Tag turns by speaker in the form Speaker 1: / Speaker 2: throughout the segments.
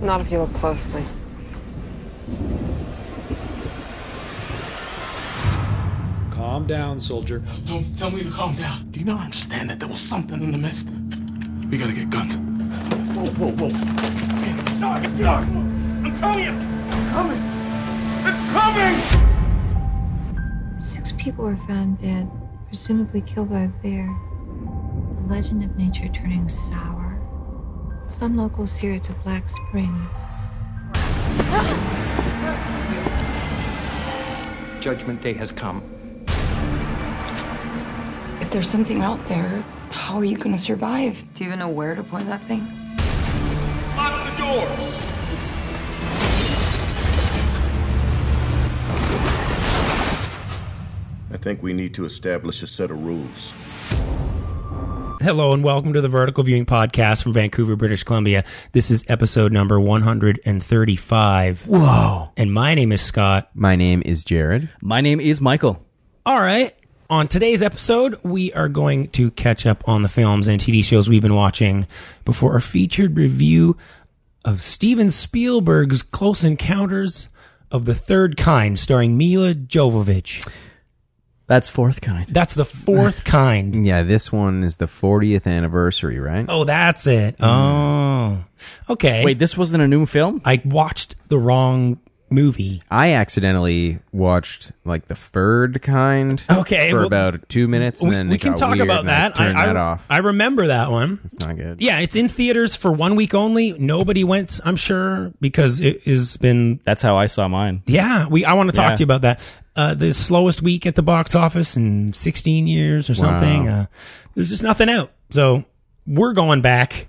Speaker 1: Not if you look closely.
Speaker 2: Calm down, soldier.
Speaker 3: Don't tell me to calm down. Do you not understand that there was something in the mist? We gotta get guns. Whoa, whoa, whoa. No, no. I'm telling you, it's coming. It's coming!
Speaker 4: Six people were found dead, presumably killed by a bear. The legend of nature turning sour. Some locals hear it's a black spring.
Speaker 5: Judgment Day has come.
Speaker 6: If there's something out there, how are you going to survive?
Speaker 4: Do you even know where to point that thing?
Speaker 3: Lock the doors!
Speaker 7: I think we need to establish a set of rules.
Speaker 8: Hello and welcome to the Vertical Viewing Podcast from Vancouver, British Columbia. This is episode number 135. Whoa. And my name is Scott.
Speaker 9: My name is Jared.
Speaker 10: My name is Michael.
Speaker 8: All right. On today's episode, we are going to catch up on the films and TV shows we've been watching before our featured review of Steven Spielberg's Close Encounters of the Third Kind, starring Mila Jovovich.
Speaker 10: That's fourth kind.
Speaker 8: That's the fourth kind.
Speaker 9: Yeah, this one is the 40th anniversary, right?
Speaker 8: Oh, that's it. Oh. Okay.
Speaker 10: Wait, this wasn't a new film?
Speaker 8: I watched the wrong movie.
Speaker 9: I accidentally watched like the third kind.
Speaker 8: Okay,
Speaker 9: for
Speaker 8: well,
Speaker 9: about two minutes, and
Speaker 8: We,
Speaker 9: then
Speaker 8: we
Speaker 9: it
Speaker 8: can
Speaker 9: got
Speaker 8: talk
Speaker 9: weird
Speaker 8: about
Speaker 9: and I
Speaker 8: that.
Speaker 9: turned
Speaker 8: I,
Speaker 9: that
Speaker 8: I-
Speaker 9: off.
Speaker 8: I remember that one.
Speaker 9: it's not good.
Speaker 8: Yeah, it's in theaters for one week only. Nobody went, I'm sure, because it has been.
Speaker 10: That's how I saw mine.
Speaker 8: Yeah, we. I want to talk
Speaker 10: Yeah.
Speaker 8: to you about that. Uh, the slowest week at the box office in 16 years or something. Uh, there's just nothing out. So we're going back.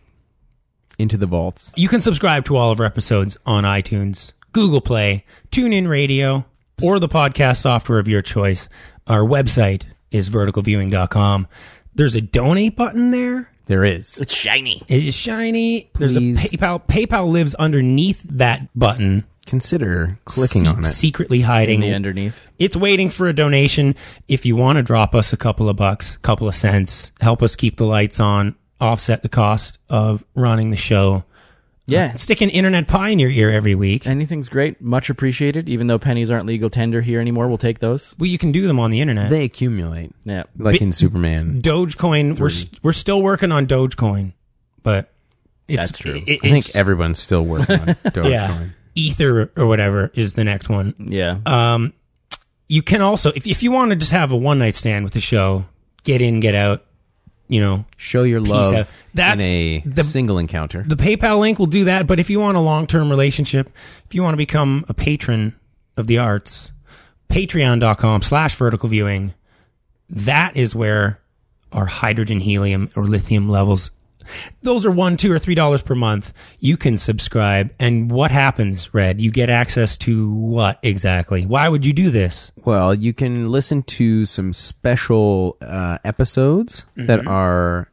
Speaker 9: Into the vaults.
Speaker 8: You can subscribe to all of our episodes on iTunes, Google Play, TuneIn Radio, or the podcast software of your choice. Our website is verticalviewing.com. There's a donate button there.
Speaker 9: There is.
Speaker 10: It's shiny.
Speaker 8: It is shiny. There's
Speaker 9: Please.
Speaker 8: a PayPal. PayPal lives underneath that button,
Speaker 9: Consider clicking
Speaker 8: se-
Speaker 9: on it.
Speaker 8: secretly
Speaker 10: In
Speaker 8: hiding.
Speaker 10: the underneath.
Speaker 8: It's waiting for a donation. If you want to drop us a couple of bucks, couple of cents, help us keep the lights on, offset the cost of running the show.
Speaker 10: Yeah.
Speaker 8: Stick an internet pie in your ear every week.
Speaker 10: Anything's great. Much appreciated. Even though pennies aren't legal tender here anymore, we'll take those.
Speaker 8: Well, you can do them on the internet.
Speaker 9: They accumulate,
Speaker 10: Yeah.
Speaker 9: like
Speaker 8: Bi-
Speaker 9: in Superman.
Speaker 8: Dogecoin. We're st- we're still working on Dogecoin, but it's
Speaker 10: That's true.
Speaker 8: it-
Speaker 9: I
Speaker 8: it's-
Speaker 9: think everyone's still working on Dogecoin. Uh,
Speaker 8: yeah, Ether or whatever is the next one.
Speaker 10: Yeah.
Speaker 8: Um, you can also, if, if you want to just have a one night stand with the show, get in, get out, you know,
Speaker 9: Show your
Speaker 8: Peace out.
Speaker 9: love
Speaker 8: That-
Speaker 9: in a
Speaker 8: the-
Speaker 9: single encounter.
Speaker 8: the PayPal link will do that. But if you want a long term relationship, if you want to become a patron of the arts, patreon.com slash vertical viewing, that is where our hydrogen, helium, or lithium levels. Those are one, two, or three dollars per month. You can subscribe, and what happens, Red? You get access to what exactly? Why would you do this?
Speaker 9: Well, you can listen to some special uh, episodes
Speaker 8: Mm-hmm.
Speaker 9: that are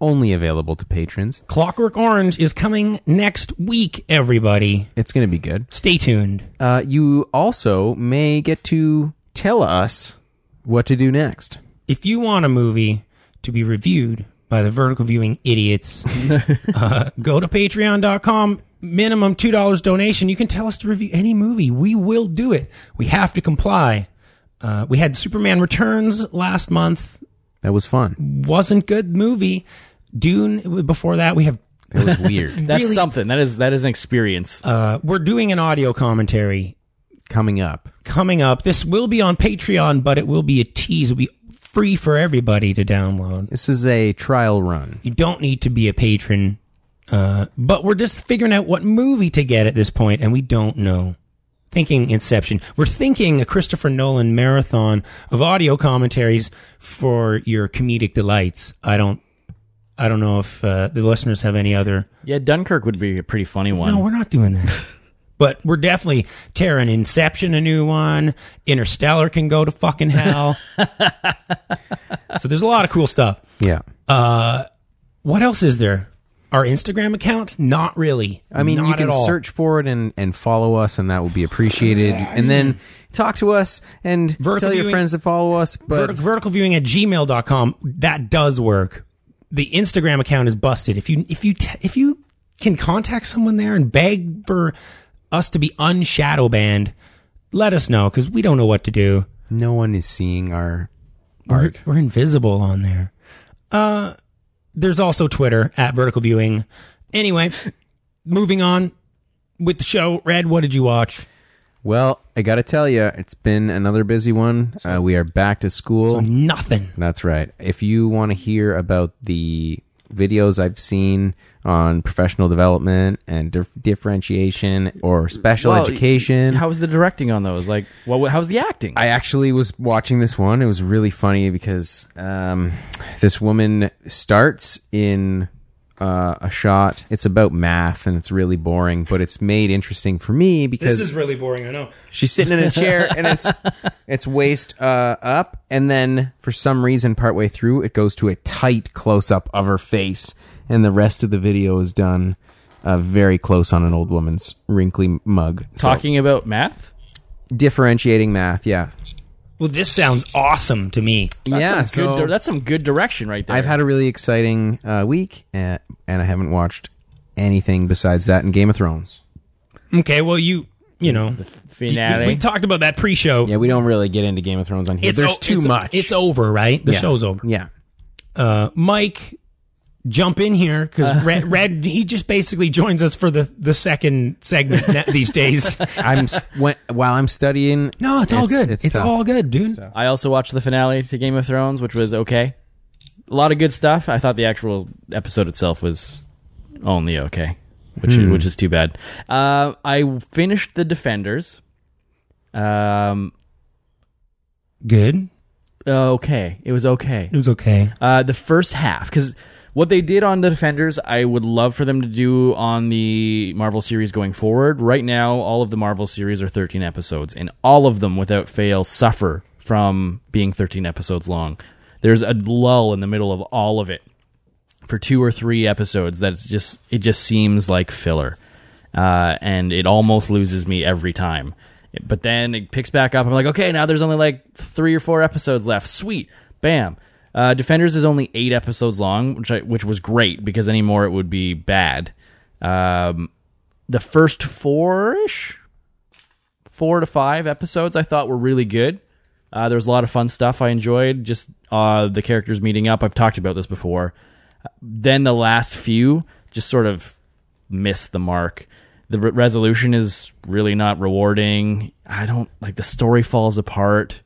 Speaker 9: only available to patrons.
Speaker 8: Clockwork Orange is coming next week, everybody.
Speaker 9: It's going to be good.
Speaker 8: Stay tuned.
Speaker 9: Uh, you also may get to tell us what to do next.
Speaker 8: If you want a movie to be reviewed by the vertical viewing idiots, uh, go to patreon.com. Minimum $2 donation. You can tell us to review any movie. We will do it. We have to comply. Uh, we had Superman Returns last month.
Speaker 9: That was fun.
Speaker 8: Wasn't good movie. Dune, before that, we have
Speaker 9: It was weird.
Speaker 10: That's
Speaker 8: really-
Speaker 10: something. That is that is an experience.
Speaker 8: uh, we're doing an audio commentary
Speaker 9: Coming up,
Speaker 8: coming up. This will be on Patreon, but it will be a tease. It'll be free for everybody to download.
Speaker 9: this is a trial run.
Speaker 8: You don't need to be a patron, uh, but we're just figuring out what movie to get at this point, and we don't know. Thinking Inception. We're thinking a Christopher Nolan marathon of audio commentaries for your comedic delights. I don't, I don't know if uh, the listeners have any other.
Speaker 10: Yeah, Dunkirk would be a pretty funny one.
Speaker 8: No, we're not doing that. but we're definitely tearing Inception a new one. Interstellar can go to fucking hell. so there's a lot of cool stuff.
Speaker 9: Yeah.
Speaker 8: What else is there? Our Instagram account? Not really.
Speaker 9: I mean,
Speaker 8: Not
Speaker 9: you can
Speaker 8: at all.
Speaker 9: search for it and, and follow us, and that will be appreciated. And then talk to us and
Speaker 8: Vertical
Speaker 9: tell your
Speaker 8: viewing-
Speaker 9: friends to follow us. But
Speaker 8: Vertic- verticalviewing at gmail.com. That does work. The Instagram account is busted. If you if you t- if you can contact someone there and beg for us to be unshadow banned, let us know because we don't know what to do.
Speaker 9: No one is seeing our
Speaker 8: We're, we're invisible on there. Uh, there's also Twitter at Vertical Viewing. Anyway, moving on with the show. Red, what did you watch?
Speaker 9: Well, I got to tell you, it's been another busy one. Uh, we are back to
Speaker 8: So
Speaker 9: school.
Speaker 8: nothing.
Speaker 9: That's right. If you want to hear about the videos I've seen on professional development and dif- differentiation or special
Speaker 10: Well,
Speaker 9: education,
Speaker 10: How was the directing on those? Like, what? How's the acting?
Speaker 9: I actually was watching this one. It was really funny because um, this woman starts in uh, a shot. It's about math and it's really boring, but it's made interesting for me because
Speaker 8: really boring. I know.
Speaker 9: She's sitting in a chair and it's it's waist uh, up, and then for some reason, partway through, it goes to a tight close up of her face, and the rest of the video is done uh, very close on an old woman's wrinkly mug. So,
Speaker 10: Talking about math.
Speaker 9: differentiating math, yeah,
Speaker 8: Well, this sounds awesome to me.
Speaker 9: yeah.
Speaker 10: That's some
Speaker 9: so
Speaker 10: good, that's some good direction right there.
Speaker 9: I've had a really exciting uh, week, and, and I haven't watched anything besides that and Game of Thrones.
Speaker 8: Okay, well you you know
Speaker 10: finale.
Speaker 8: We, we talked about that pre-show.
Speaker 9: Yeah, we don't really get into Game of Thrones on here.
Speaker 8: It's
Speaker 9: There's
Speaker 8: o-
Speaker 9: too
Speaker 8: it's-
Speaker 9: much.
Speaker 8: It's over, right? The
Speaker 9: Yeah.
Speaker 8: show's over.
Speaker 9: Yeah.
Speaker 8: Uh, Mike, jump in here because Red, Red he just basically joins us for the the second segment na- these days.
Speaker 9: I'm s- when, while I'm studying.
Speaker 8: No, it's all good. It's,
Speaker 9: tough.
Speaker 8: all good, dude.
Speaker 10: I also watched the finale to Game of Thrones, which was okay. A lot of good stuff. I thought the actual episode itself was only okay, which
Speaker 8: Hmm.
Speaker 10: is, which is too bad. Uh, I finished the Defenders. Um,
Speaker 8: Good.
Speaker 10: uh, okay, it was okay.
Speaker 8: It was okay.
Speaker 10: Uh, the first half, because what they did on the Defenders, I would love for them to do on the Marvel series going forward. Right now, all of the Marvel series are 13 episodes, and all of them, without fail, suffer from being 13 episodes long. There's a lull in the middle of all of it for two or three episodes that's just it just seems like filler uh, and it almost loses me every time but then it picks back up i'm like okay now there's only like three or four episodes left sweet bam uh, defenders is only eight episodes long which, I, which was great because any more it would be bad um, the first four-ish four to five episodes i thought were really good uh, there was a lot of fun stuff i enjoyed just uh, the characters meeting up i've talked about this before then the last few just sort of miss the mark. The re- resolution is really not rewarding. I don't like the story falls apart.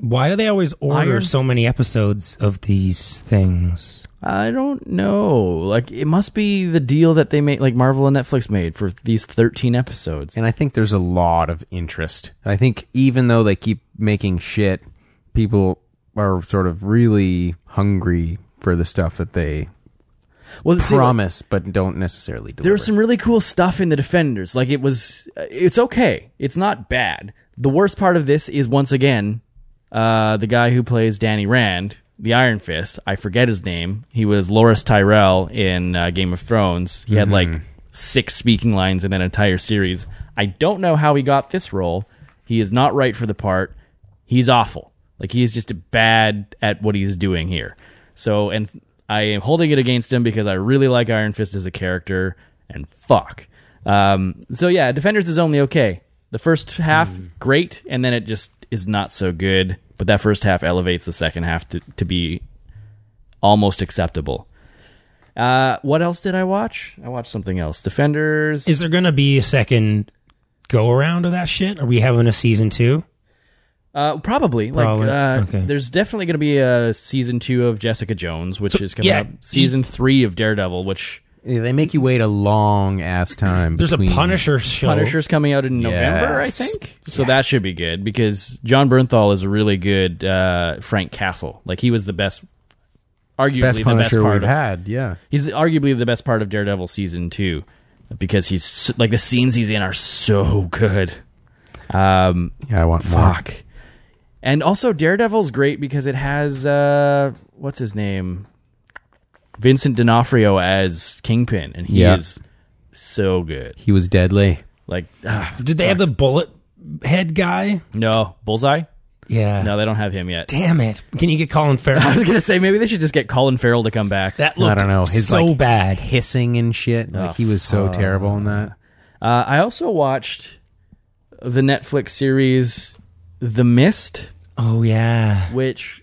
Speaker 8: Why do they always order
Speaker 10: Iron-
Speaker 8: so many episodes of these things?
Speaker 10: I don't know. Like it must be the deal that they made, like Marvel and Netflix made for these thirteen episodes.
Speaker 9: And I think there's a lot of interest. I think even though they keep making shit, people are sort of really hungry for the stuff that they
Speaker 10: Well, see, like,
Speaker 9: promise but don't necessarily deliver.
Speaker 10: there was some really cool stuff in the defenders like it was uh, it's okay it's not bad the worst part of this is once again uh, the guy who plays danny rand the iron fist i forget his name he was loris tyrell in uh, game of thrones he had like six speaking lines in that entire series i don't know how he got this role he is not right for the part he's awful like he is just bad at what he's doing here so and I am holding it against him because I really like Iron Fist as a character, and fuck. Um, so yeah, Defenders is only okay. The first half, great, and then it just is not so good. But that first half elevates the second half to, to be almost acceptable. Uh, what else did I watch? I watched something else. Defenders.
Speaker 8: Is there gonna be a second go around of that shit? Are we having a season two?
Speaker 10: Uh, probably.
Speaker 8: Probably.
Speaker 10: Like, uh,
Speaker 8: Okay.
Speaker 10: there's definitely going to be a season two of Jessica Jones, which is coming
Speaker 8: yeah.
Speaker 10: up. Season three of Daredevil, which
Speaker 9: Yeah, they make you wait a long ass time.
Speaker 8: There's a
Speaker 9: between-
Speaker 8: Punisher show.
Speaker 10: Punisher's coming out in November,
Speaker 9: Yes.
Speaker 10: I think. So that should be good because John Bernthal is a really good uh, Frank Castle. Like he was the best, arguably
Speaker 9: best
Speaker 10: the
Speaker 9: Punisher
Speaker 10: best part
Speaker 9: we've
Speaker 10: of
Speaker 9: had. Yeah,
Speaker 10: He's arguably the best part of Daredevil season two because he's s- like the scenes he's in are so good. Um,
Speaker 9: yeah. I want more.
Speaker 10: Fuck. And also, Daredevil's great because it has uh, what's his name, Vincent D'Onofrio as Kingpin, and he
Speaker 9: Yeah.
Speaker 10: is so good.
Speaker 9: He was deadly.
Speaker 10: Like, ah,
Speaker 8: Did they have the bullet head guy?
Speaker 10: no, Bullseye.
Speaker 8: Yeah.
Speaker 10: No, they don't have him yet.
Speaker 8: Damn it. Can you get
Speaker 10: I
Speaker 8: Colin Farrell?
Speaker 10: was gonna say maybe they should just get Colin Farrell to come back.
Speaker 8: That looked
Speaker 9: I don't know. His
Speaker 8: so
Speaker 9: like,
Speaker 8: bad.
Speaker 9: hissing and shit.
Speaker 10: Oh,
Speaker 9: Like he was so terrible in that.
Speaker 10: Uh, I also watched the Netflix series The Mist,
Speaker 8: Oh yeah.
Speaker 10: which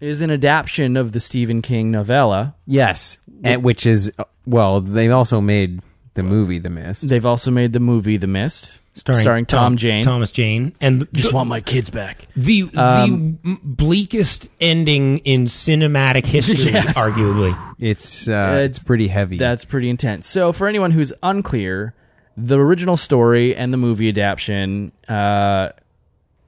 Speaker 10: is an adaptation of the Stephen King novella.
Speaker 9: Yes, and, which is uh, well, they also made the movie The Mist.
Speaker 10: They've also made the movie The Mist,
Speaker 8: Starring,
Speaker 10: Tom, Jane.
Speaker 8: Thomas Jane. And
Speaker 10: Just Um,
Speaker 8: the,
Speaker 10: want my kids back.
Speaker 8: the, the m- bleakest ending in cinematic history,
Speaker 10: Yes.
Speaker 8: arguably.
Speaker 9: It's uh,
Speaker 10: it's-
Speaker 9: it's pretty heavy.
Speaker 10: That's pretty intense. So, for anyone who's unclear, the original story and the movie adaptation uh,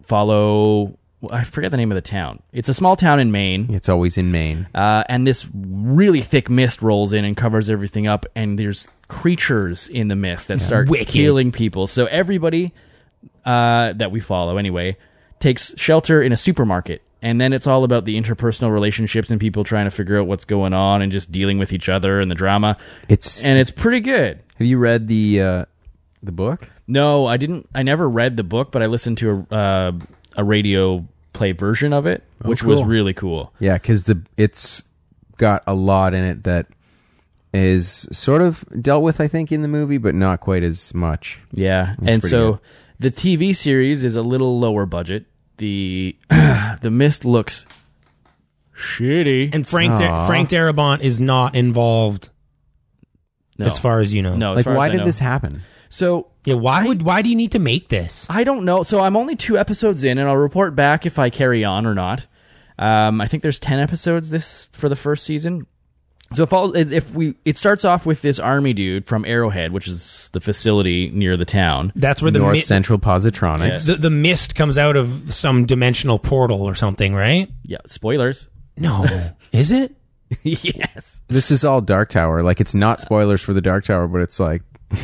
Speaker 10: follow. I forget the name of the town. It's a small town in Maine.
Speaker 9: it's always in Maine.
Speaker 10: Uh, and this really thick mist rolls in and covers everything up. And there's creatures in the mist that start
Speaker 8: wicked.
Speaker 10: killing people. So everybody uh, that we follow, anyway, takes shelter in a supermarket. And then it's all about the interpersonal relationships and people trying to figure out what's going on and just dealing with each other and the drama.
Speaker 9: It's
Speaker 10: And it's pretty good.
Speaker 9: Have you read the uh, the book?
Speaker 10: No, I didn't. I never read the book, but I listened to a uh, a radio play version of it, which was
Speaker 9: cool.
Speaker 10: really cool.
Speaker 9: Yeah, because the it's got a lot in it that is sort of dealt with, I think, in the movie, but not quite as much.
Speaker 10: Yeah, and
Speaker 9: pretty
Speaker 10: so the TV series is a little lower budget. The the mist looks shitty.
Speaker 8: And Frank Dar- Frank Darabont is not involved
Speaker 10: no,
Speaker 8: as far as you know.
Speaker 10: no, Oh, as
Speaker 9: Like,
Speaker 10: far as
Speaker 9: why
Speaker 10: I
Speaker 9: did
Speaker 10: know.
Speaker 9: this happen?
Speaker 10: So
Speaker 8: Yeah, why would why do you need to make this?
Speaker 10: I don't know. So I'm only two episodes in, and I'll report back if I carry on or not. Um, I think there's ten episodes this for the first season. So if, all, if we it starts off with this army dude from Arrowhead, which is the facility near the town.
Speaker 8: That's where the
Speaker 9: North
Speaker 8: mi-
Speaker 9: Central Positronics.
Speaker 10: Yes.
Speaker 8: the, the mist comes out of some dimensional portal or something, right?
Speaker 10: Yeah, spoilers.
Speaker 8: No. is it?
Speaker 10: yes.
Speaker 9: This is all Dark Tower. Like, it's not spoilers for the Dark Tower, but it's like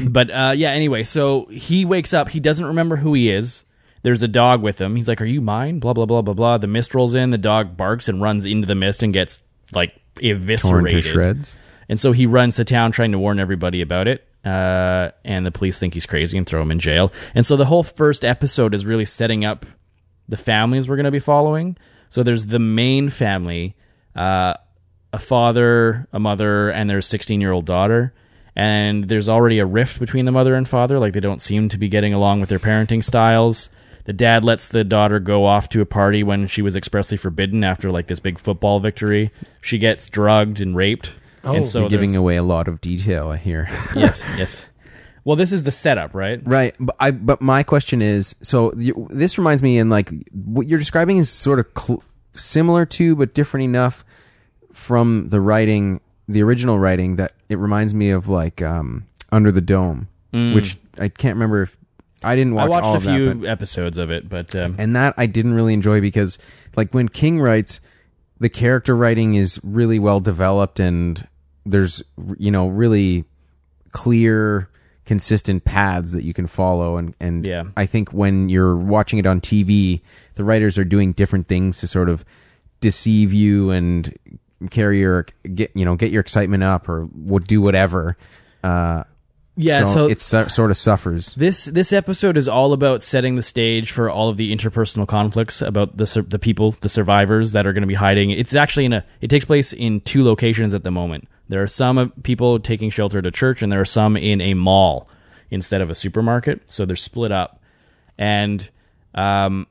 Speaker 10: But uh, yeah, anyway, so he wakes up. He doesn't remember who he is. There's a dog with him. He's like, Are you mine? Blah, blah, blah, blah, blah. The mist rolls in. The dog barks and runs into the mist and gets, like,
Speaker 9: torn to
Speaker 10: eviscerated.
Speaker 9: shreds.
Speaker 10: And so he runs to town trying to warn everybody about it. Uh, and the police think he's crazy and throw him in jail. And so the whole first episode is really setting up the families we're going to be following. So there's the main family, uh, a father, a mother, and their 16 year old daughter. And there's already a rift between the mother and father. Like they don't seem to be getting along with their parenting styles. The dad lets the daughter go off to a party when she was expressly forbidden after like this big football victory. She gets drugged and raped. Oh, and so
Speaker 9: You're giving
Speaker 10: there's-
Speaker 9: away a lot of detail, I hear.
Speaker 10: yes, yes. Well, this is the setup, right?
Speaker 9: Right, but I but my question is so you, this reminds me in like what you're describing is sort of cl- similar to but different enough from the writing, the original writing that it reminds me of like um, Under the Dome, which I can't remember if I didn't watch
Speaker 10: Mm. I watched
Speaker 9: all
Speaker 10: a
Speaker 9: of that,
Speaker 10: few
Speaker 9: but-
Speaker 10: episodes of it, but um,
Speaker 9: and that I didn't really enjoy because like when King writes, the character writing is really well developed and there's you know really clear consistent paths that you can follow and and
Speaker 10: Yeah.
Speaker 9: I think when you're watching it on TV the writers are doing different things to sort of deceive you and carry your get you know get your excitement up or would do whatever uh
Speaker 10: yeah. So,
Speaker 9: so, it so, sort of suffers
Speaker 10: this this episode is all about setting the stage for all of the interpersonal conflicts about the sur- the people, the survivors that are going to be hiding. It's actually in a. It takes place in two locations at the moment. There are some uh, people taking shelter at a church, and there are some in a mall instead of a supermarket. So they're split up, and um,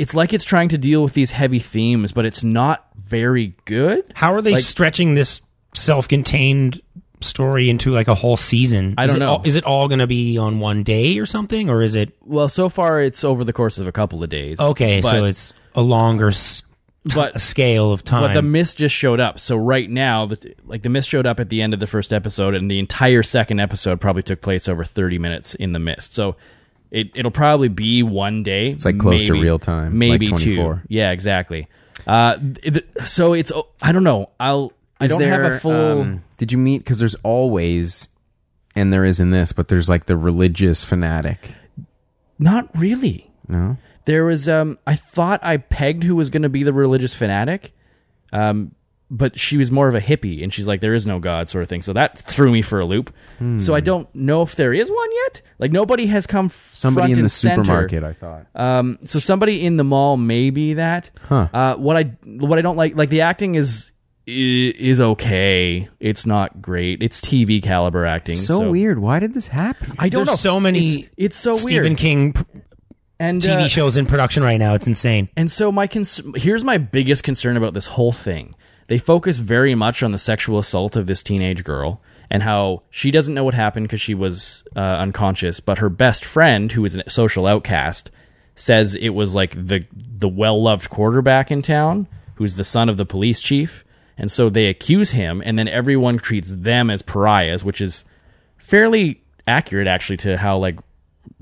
Speaker 10: it's like it's trying to deal with these heavy themes, but it's not very good.
Speaker 8: How are they
Speaker 10: Like-
Speaker 8: stretching this self-contained story into like a whole season?
Speaker 10: I
Speaker 8: Is
Speaker 10: don't
Speaker 8: it
Speaker 10: know.
Speaker 8: all- is it all going to be on one day or something or is it
Speaker 10: Well, so far it's over the course of a couple of days.
Speaker 8: okay,
Speaker 10: but,
Speaker 8: so it's a longer s-
Speaker 10: but
Speaker 8: scale of time.
Speaker 10: but the mist just showed up. So right now, the, like the mist showed up at the end of the first episode, and the entire second episode probably took place over thirty minutes in the mist. So it it'll probably be one day. It's
Speaker 9: like close to real time, like
Speaker 10: maybe two.
Speaker 9: 24.
Speaker 10: Yeah, exactly. Uh, th- th- so it's oh, I don't know. I'll I
Speaker 9: Is
Speaker 10: don't have a
Speaker 9: there,
Speaker 10: full.
Speaker 9: um, did you meet? Because there's always, and there is in this, but there's like the religious fanatic.
Speaker 10: Not really.
Speaker 9: No,
Speaker 10: There was um I thought I pegged who was going to be the religious fanatic. Um but she was more of a hippie and she's like there is no god sort of thing so that threw me for a loop so i
Speaker 9: Hmm.
Speaker 10: don't know if there is one yet like nobody has come f- front
Speaker 9: Somebody in
Speaker 10: and
Speaker 9: the
Speaker 10: center.
Speaker 9: supermarket, I thought.
Speaker 10: um so somebody in the mall maybe that uh what i what i don't like like the acting is i- is okay it's not great it's tv caliber acting
Speaker 9: so, weird. Why did this happen?
Speaker 10: i don't
Speaker 8: There's
Speaker 10: know
Speaker 8: so many
Speaker 10: it's, it's so
Speaker 8: Stephen
Speaker 10: weird
Speaker 8: King p-
Speaker 10: and
Speaker 8: TV
Speaker 10: uh,
Speaker 8: shows in production right now. It's insane.
Speaker 10: And so my cons- here's my biggest concern about this whole thing. They focus very much on the sexual assault of this teenage girl and how she doesn't know what happened because she was uh, unconscious, but her best friend, who is a social outcast, says it was like the the well loved quarterback in town, who's the son of the police chief, and so they accuse him, and then everyone treats them as pariahs, which is fairly accurate actually to how like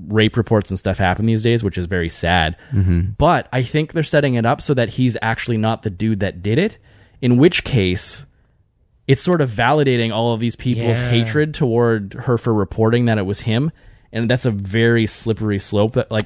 Speaker 10: rape reports and stuff happen these days, which is very sad. But I think they're setting it up so that he's actually not the dude that did it, in which case it's sort of validating all of these people's
Speaker 8: Yeah.
Speaker 10: hatred toward her for reporting that it was him. And that's a very slippery slope that like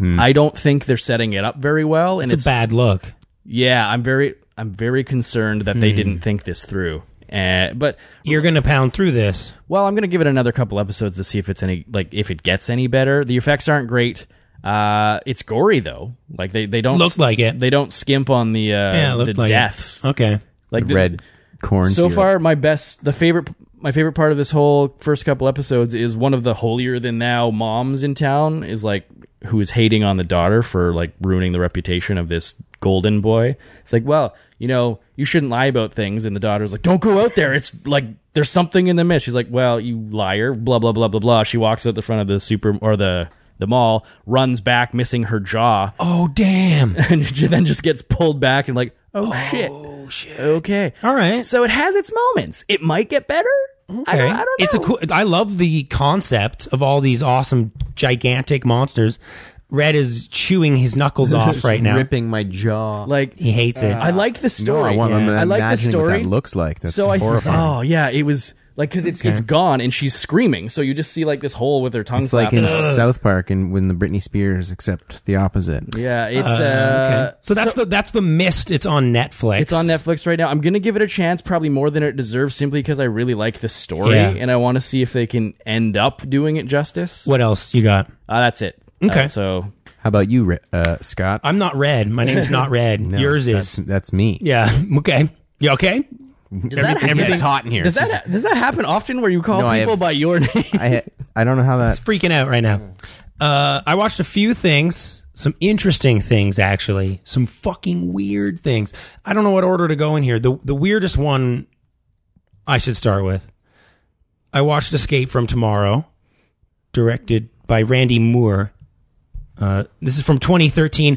Speaker 10: I don't think they're setting it up very well and
Speaker 8: It's, a bad look.
Speaker 10: yeah, I'm very I'm very concerned that they didn't think this through. Uh, but
Speaker 8: You're gonna pound through this.
Speaker 10: well, I'm gonna give it another couple episodes to see if it's any like if it gets any better. The effects aren't great. Uh, it's gory though. Like they they don't
Speaker 8: Looked like it.
Speaker 10: They don't skimp on the uh,
Speaker 8: yeah, it
Speaker 10: the
Speaker 8: looked like it.
Speaker 10: deaths.
Speaker 8: Okay.
Speaker 10: Like the-
Speaker 9: Red corn.
Speaker 10: So
Speaker 9: syrup.
Speaker 10: far, my best the favorite my favorite part of this whole first couple episodes is one of the holier than thou moms in town is like who is hating on the daughter for like ruining the reputation of this golden boy. It's like, well, you know, you shouldn't lie about things, and the daughter's like, don't go out there. It's like there's something in the mist. She's like, well, you liar, blah blah blah blah blah. She walks out the front of the super or the the mall, runs back, missing her jaw,
Speaker 8: Oh damn.
Speaker 10: and then just gets pulled back and like, oh, shit, oh shit, okay,
Speaker 8: All right.
Speaker 10: so it has its moments. It might get better. I, don't, I don't know.
Speaker 8: It's a cool. I love the concept of all these awesome gigantic monsters. Red is chewing his knuckles off right now.
Speaker 9: ripping my jaw.
Speaker 10: like
Speaker 8: He hates it.
Speaker 10: I like the story.
Speaker 9: No, I want
Speaker 10: Yeah.
Speaker 9: to
Speaker 10: I
Speaker 9: imagine
Speaker 10: like the story.
Speaker 9: what that looks like. That's
Speaker 10: so I
Speaker 9: horrifying.
Speaker 10: oh yeah, it was like because it's it's gone and she's screaming. So you just see like this hole with her tongue.
Speaker 9: it's like
Speaker 10: flapping.
Speaker 9: in South Park and when the Britney Spears, except the opposite.
Speaker 10: yeah, it's uh,
Speaker 8: Uh, okay. So that's the that's the mist. It's on Netflix.
Speaker 10: It's on Netflix right now. I'm gonna give it a chance, probably more than it deserves, simply because I really like the story
Speaker 8: Yeah.
Speaker 10: and I want to see if they can end up doing it justice.
Speaker 8: What else you got?
Speaker 10: Uh, that's it.
Speaker 8: Okay.
Speaker 10: Uh, so
Speaker 9: How about you, Ri- uh, Scott?
Speaker 8: I'm not red. My name's not red. Yours
Speaker 9: that's,
Speaker 8: is.
Speaker 9: that's me.
Speaker 8: Yeah. Okay. You okay?
Speaker 10: does that happen-
Speaker 9: Everything's hot in here.
Speaker 10: Does that does that happen often where you call
Speaker 9: No, I
Speaker 10: people
Speaker 9: have-
Speaker 10: by your name?
Speaker 9: I I don't know how that.
Speaker 8: freaking out right now. Uh, I watched a few things, some interesting things actually, some fucking weird things. I don't know what order to go in here. The the weirdest one I should start with. I watched Escape from Tomorrow, directed by Randy Moore. Uh, this is from 2013.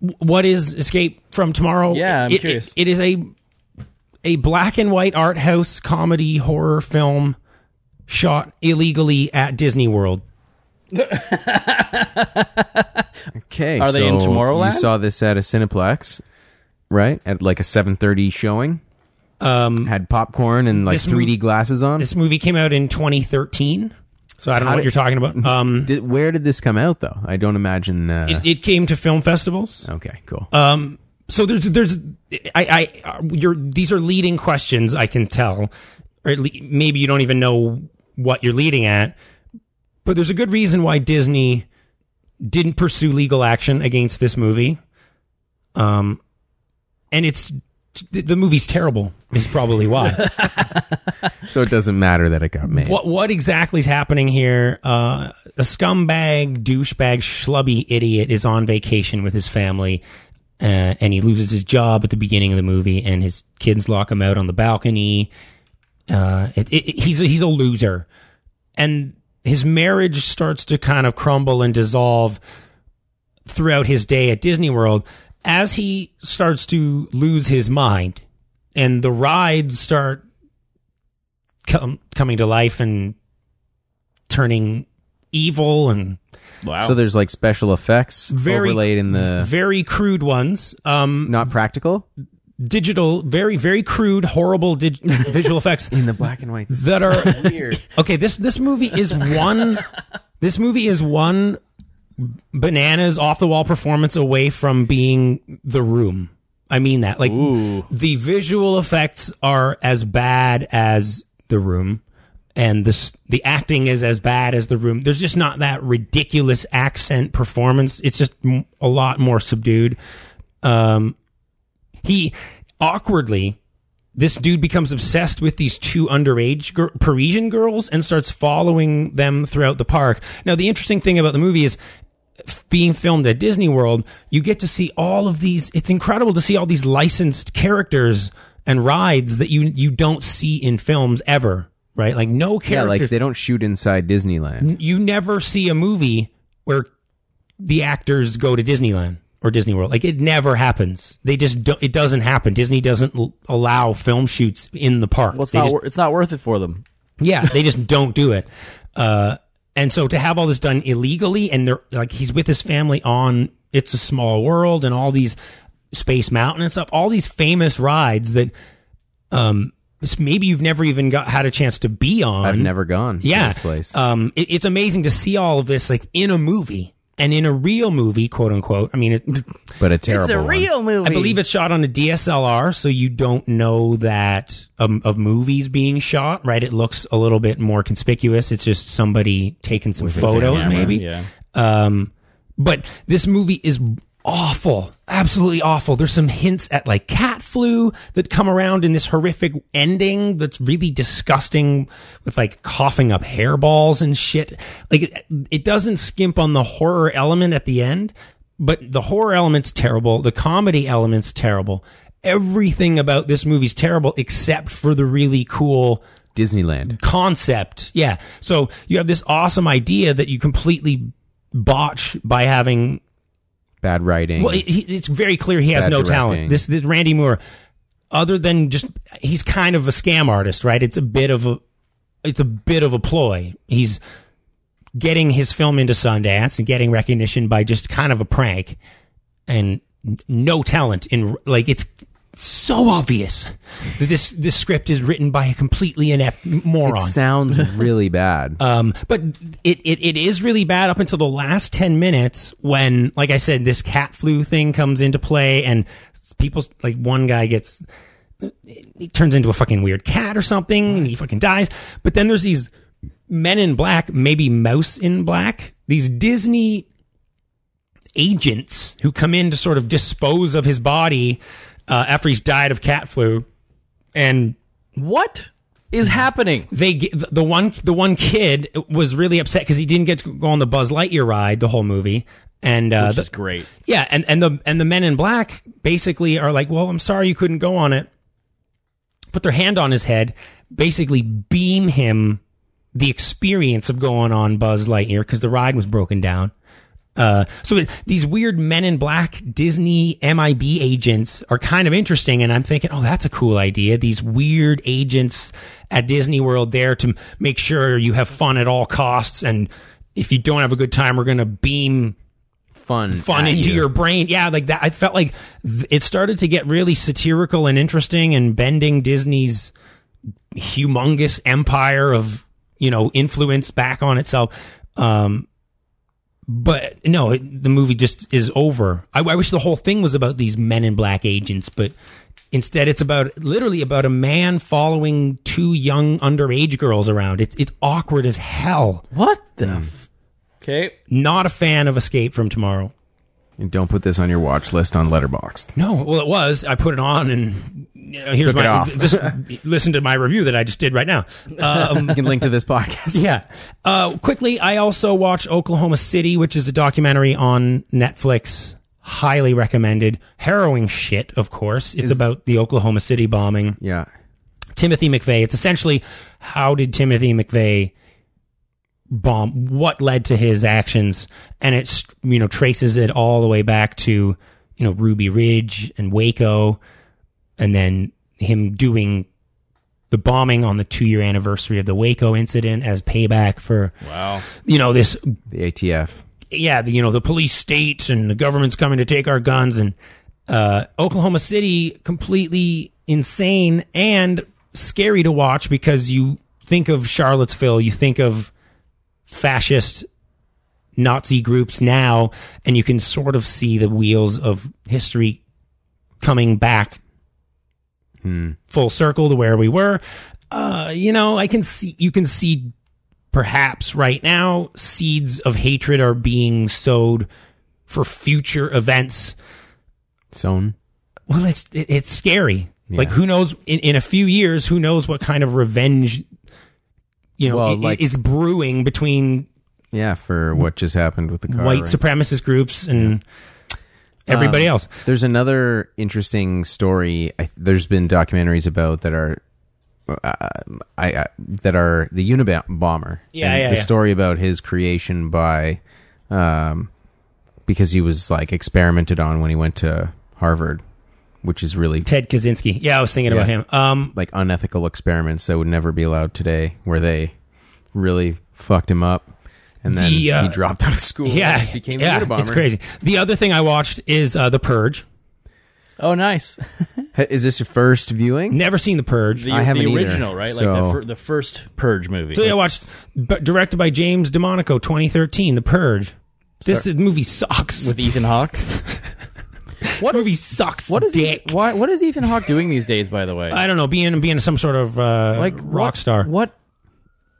Speaker 8: W- What is Escape from Tomorrow?
Speaker 10: Yeah, I'm
Speaker 8: It- it-
Speaker 10: curious.
Speaker 8: it is a a black and white art house comedy horror film shot illegally at Disney World.
Speaker 9: Okay,
Speaker 10: Are they
Speaker 9: so
Speaker 10: in Tomorrowland?
Speaker 9: You saw this at a Cineplex, right? At like a 7:30 showing. Um, had popcorn and like
Speaker 8: this
Speaker 9: 3D glasses on.
Speaker 8: This movie came out in 2013, so I don't know what
Speaker 9: did-
Speaker 8: you're talking about. Um,
Speaker 9: Did- where did this come out though? I don't imagine. Uh,
Speaker 8: it, Uh, it came to film festivals.
Speaker 9: okay, cool.
Speaker 8: So there's there's I I uh, you're these are leading questions I can tell, or at le- maybe you don't even know what you're leading at, but there's a good reason why Disney didn't pursue legal action against this movie. Um, and it's the the movie's terrible is probably why.
Speaker 9: so it doesn't matter that it got made.
Speaker 8: What what exactly is happening here? Uh, a scumbag, douchebag, schlubby idiot is on vacation with his family, uh, and he loses his job at the beginning of the movie, and his kids lock him out on the balcony. Uh, it, it, it- he's a, he's a loser, and his marriage starts to kind of crumble and dissolve throughout his day at Disney World as he starts to lose his mind, and the rides start com- coming to life and turning evil and
Speaker 10: Wow.
Speaker 9: So there's like special effects
Speaker 8: very
Speaker 9: overlaid in the
Speaker 8: very crude ones um
Speaker 9: not practical
Speaker 8: digital very very crude horrible dig- visual effects
Speaker 9: in the black and white.
Speaker 8: that are okay this this movie is one this movie is one bananas off the wall performance away from being the room I mean that. Like
Speaker 10: Ooh.
Speaker 8: the visual effects are as bad as the room, and the s- the acting is as bad as the room. There's just not that ridiculous accent performance. It's just m- a lot more subdued. Um, he awkwardly. This dude becomes obsessed with these two underage gir- Parisian girls and starts following them throughout the park. Now, the interesting thing about the movie is being filmed at Disney World, you get to see all of these. It's incredible to see all these licensed characters and rides that you you don't see in films ever, right? Like no
Speaker 9: Yeah,
Speaker 8: character.
Speaker 9: like they don't shoot inside Disneyland.
Speaker 8: you never see a movie where the actors go to Disneyland or Disney World. Like it never happens. They just don't, it doesn't happen. Disney doesn't l- allow film shoots in the park.
Speaker 10: Well, it's
Speaker 8: They
Speaker 10: not,
Speaker 8: just-
Speaker 10: wor- it's not worth it for them.
Speaker 8: yeah, they just don't do it. Uh, and so to have all this done illegally, and they're like he's with his family on "It's a Small World" and all these Space Mountain and stuff, all these famous rides that um, s- maybe you've never even got had a chance to be on.
Speaker 9: I've never gone. to
Speaker 8: yeah,
Speaker 9: this place.
Speaker 8: Um, it, it's amazing to see all of this like in a movie and in a real movie, quote unquote. I mean, it,
Speaker 9: but a terrible. one.
Speaker 10: movie.
Speaker 8: I believe it's shot on a DSLR, so you don't know that um, of movies being shot, right? It looks a little bit more conspicuous. It's just somebody taking some photos,
Speaker 10: camera,
Speaker 8: maybe.
Speaker 10: yeah.
Speaker 8: Um, but this movie is awful, absolutely awful. There's some hints at like cat flu that come around in this horrific ending that's really disgusting with like coughing up hairballs and shit. Like it, it doesn't skimp on the horror element at the end, but the horror element's terrible. The comedy element's terrible. Everything about this movie's terrible except for the really cool
Speaker 9: Disneyland.
Speaker 8: concept. Yeah. So you have this awesome idea that you completely botch by having
Speaker 9: Bad writing.
Speaker 8: well, it, he- it's very clear he has
Speaker 9: Bad
Speaker 8: no talent.
Speaker 9: directing.
Speaker 8: This, this Randy Moore, other than just he's kind of a scam artist, right? It's a bit of a it's a bit of a ploy. He's getting his film into Sundance and getting recognition by just kind of a prank and n- no talent in like it's so obvious that this this script is written by a completely inept moron.
Speaker 9: It sounds really bad.
Speaker 8: Um, but it, it, it is really bad up until the last 10 minutes when, like I said, this cat flu thing comes into play and people, like one guy gets, he turns into a fucking weird cat or something and he fucking dies. But then there's these men in black, maybe mouse in black, these Disney agents who come in to sort of dispose of his body, uh, after he's died of cat flu and
Speaker 10: What is happening?
Speaker 8: they g- th- the one the one kid was really upset because he didn't get to go on the Buzz Lightyear ride the whole movie, and uh,
Speaker 10: Which
Speaker 8: the-
Speaker 10: is great.
Speaker 8: yeah, and and the and the Men in Black basically are like, well, I'm sorry you couldn't go on it. Put their hand on his head, basically beam him the experience of going on Buzz Lightyear because the ride was broken down. Uh, so it- these weird men in black Disney MIB agents are kind of interesting. And I'm thinking, oh, that's a cool idea. These weird agents at Disney World there to m- make sure you have fun at all costs. And if you don't have a good time, we're going to beam
Speaker 9: fun.
Speaker 8: fun
Speaker 9: at
Speaker 8: into
Speaker 9: you.
Speaker 8: your brain. Yeah, like that. I felt like th- it started to get really satirical and interesting and bending Disney's humongous empire of, you know, influence back on itself. Um, but no, it, the movie just is over. I, I wish the whole thing was about these men in black agents, but instead it's about literally about a man following two young underage girls around. It's, it's awkward as hell.
Speaker 10: What the? F- Hmm. okay.
Speaker 8: Not a fan of Escape from Tomorrow.
Speaker 9: And don't put this on your watch list on Letterboxd.
Speaker 8: No, well, it was. I put it on and you know, here's
Speaker 9: Took it
Speaker 8: my
Speaker 9: off.
Speaker 8: just listen to my review that I just did right now. Um,
Speaker 9: You can link to this podcast.
Speaker 8: yeah. Uh, quickly, I also watched Oklahoma City, which is a documentary on Netflix. Highly recommended. Harrowing shit, of course. It's about the Oklahoma City bombing.
Speaker 9: Yeah.
Speaker 8: Timothy McVeigh. It's essentially how did Timothy McVeigh bomb? What led to his actions? And it's you know traces it all the way back to you know Ruby Ridge and Waco, and then him doing the bombing on the two-year anniversary of the Waco incident as payback for
Speaker 10: Wow.
Speaker 8: you know this
Speaker 9: The ATF.
Speaker 8: yeah, the, you know, the police states and the government's coming to take our guns and uh, Oklahoma City completely insane and scary to watch because you think of Charlottesville, you think of fascist Nazi groups now, and you can sort of see the wheels of history coming back full circle to where we were. Uh, you know, I can see you can see perhaps right now seeds of hatred are being sowed for future events
Speaker 9: Sewn.
Speaker 8: well it's it, it's scary like
Speaker 9: Yeah.
Speaker 8: who knows in, in a few years who knows what kind of revenge you know
Speaker 9: Well,
Speaker 8: i- i-
Speaker 9: like-
Speaker 8: is brewing between
Speaker 9: Yeah, for what just happened with the car.
Speaker 8: white
Speaker 9: right?
Speaker 8: supremacist groups and
Speaker 9: Um,
Speaker 8: everybody else
Speaker 9: There's another interesting story. I, there's been documentaries about that are, uh, I, I that are the Unabomber.
Speaker 8: Yeah,
Speaker 9: And
Speaker 8: yeah,
Speaker 9: The
Speaker 8: yeah.
Speaker 9: story about his creation by, um, because he was like experimented on when he went to Harvard, which is really
Speaker 8: ted kaczynski yeah i was thinking about
Speaker 9: Yeah.
Speaker 8: him um
Speaker 9: like unethical experiments that would never be allowed today, where they really fucked him up, and then
Speaker 8: The, uh,
Speaker 9: he dropped out of school.
Speaker 8: yeah
Speaker 9: and became
Speaker 8: yeah
Speaker 9: the Unabomber.
Speaker 8: it's crazy the other thing i watched is uh the purge
Speaker 10: Oh, nice.
Speaker 9: H- Is this your first viewing?
Speaker 8: never seen the purge
Speaker 10: The,
Speaker 9: I haven't
Speaker 10: the
Speaker 9: either,
Speaker 10: original, right? Like the,
Speaker 9: so-
Speaker 10: fir- the first Purge movie.
Speaker 8: So yeah, I
Speaker 10: It's-
Speaker 8: watched, but directed by James DeMonico, 2013, The Purge. This this movie sucks.
Speaker 10: with Ethan Hawke.
Speaker 8: what movie sucks?
Speaker 10: What is
Speaker 8: dick?
Speaker 10: Ethan- why, what is Ethan Hawke doing these days? By the way,
Speaker 8: I don't know. Being being some sort of uh, like rock
Speaker 10: what-
Speaker 8: star.
Speaker 10: What?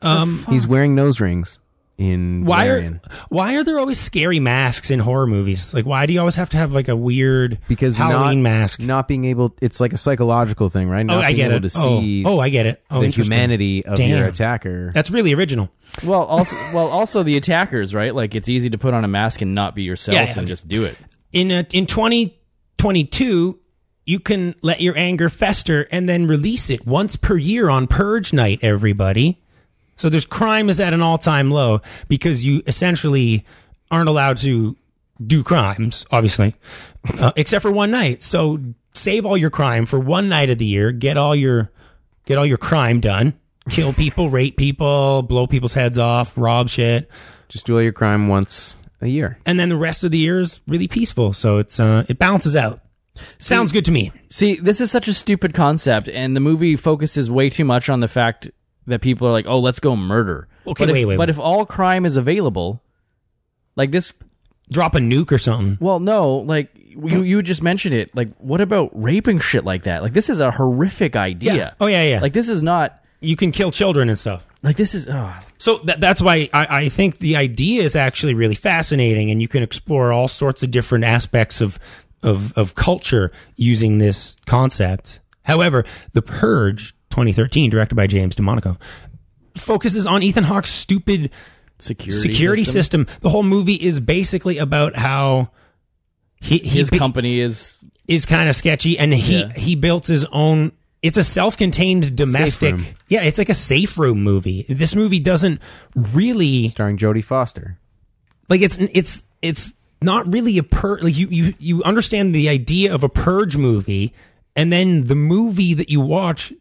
Speaker 8: um,
Speaker 9: He's wearing nose rings in
Speaker 8: why are
Speaker 9: Valerian.
Speaker 8: why are there always scary masks in horror movies? Like, why do you always have to have like a weird
Speaker 9: because
Speaker 8: Halloween
Speaker 9: not,
Speaker 8: mask?
Speaker 9: not being able it's like a psychological thing, right?
Speaker 8: oh,
Speaker 9: Not
Speaker 8: I
Speaker 9: being
Speaker 8: get
Speaker 9: able
Speaker 8: it.
Speaker 9: to see
Speaker 8: oh, oh, I get it. Oh,
Speaker 9: the
Speaker 8: interesting.
Speaker 9: humanity of
Speaker 8: Damn.
Speaker 9: your attacker.
Speaker 8: That's really original.
Speaker 10: Well, also, well, also the attackers, right? Like it's easy to put on a mask and not be yourself
Speaker 8: Yeah, yeah,
Speaker 10: and
Speaker 8: okay.
Speaker 10: just do it.
Speaker 8: in a, in 2022 you can let your anger fester and then release it once per year on purge night everybody so there's crime is at an all-time low because you essentially aren't allowed to do crimes obviously uh, except for one night so save all your crime for one night of the year get all your get all your crime done kill people rape people blow people's heads off rob shit
Speaker 9: Just do all your crime once a year.
Speaker 8: and then the rest of the year is really peaceful. So it's uh, it balances out. Sounds good to me.
Speaker 10: See, this is such a stupid concept, and the movie focuses way too much on the fact that people are like, "Oh, let's go murder."
Speaker 8: Okay,
Speaker 10: but
Speaker 8: wait,
Speaker 10: if,
Speaker 8: wait,
Speaker 10: But
Speaker 8: wait.
Speaker 10: if all crime is available, like this,
Speaker 8: Drop a nuke or something.
Speaker 10: well, no, like you you just mentioned it. Like, what about raping shit like that? Like, this is a horrific idea.
Speaker 8: Oh yeah, yeah.
Speaker 10: Like
Speaker 8: Like
Speaker 10: this is not.
Speaker 8: you can kill children and stuff.
Speaker 10: Like this is. Oh,
Speaker 8: So that, that's why I, I think the idea is actually really fascinating, and you can explore all sorts of different aspects of of of culture using this concept. However, The Purge 2013, directed by James DeMonico, focuses on Ethan Hawke's stupid
Speaker 10: security
Speaker 8: security system. The whole movie is basically about how he, he
Speaker 10: His
Speaker 8: be-
Speaker 10: company is
Speaker 8: is kind of sketchy, and he
Speaker 10: Yeah.
Speaker 8: he built his own. It's a self-contained domestic.
Speaker 9: room.
Speaker 8: Yeah, it's like a safe room movie. This movie doesn't really
Speaker 9: Starring Jodie Foster.
Speaker 8: like it's it's it's not really a purge. Like you you you understand the idea of a purge movie, and then the movie that you watch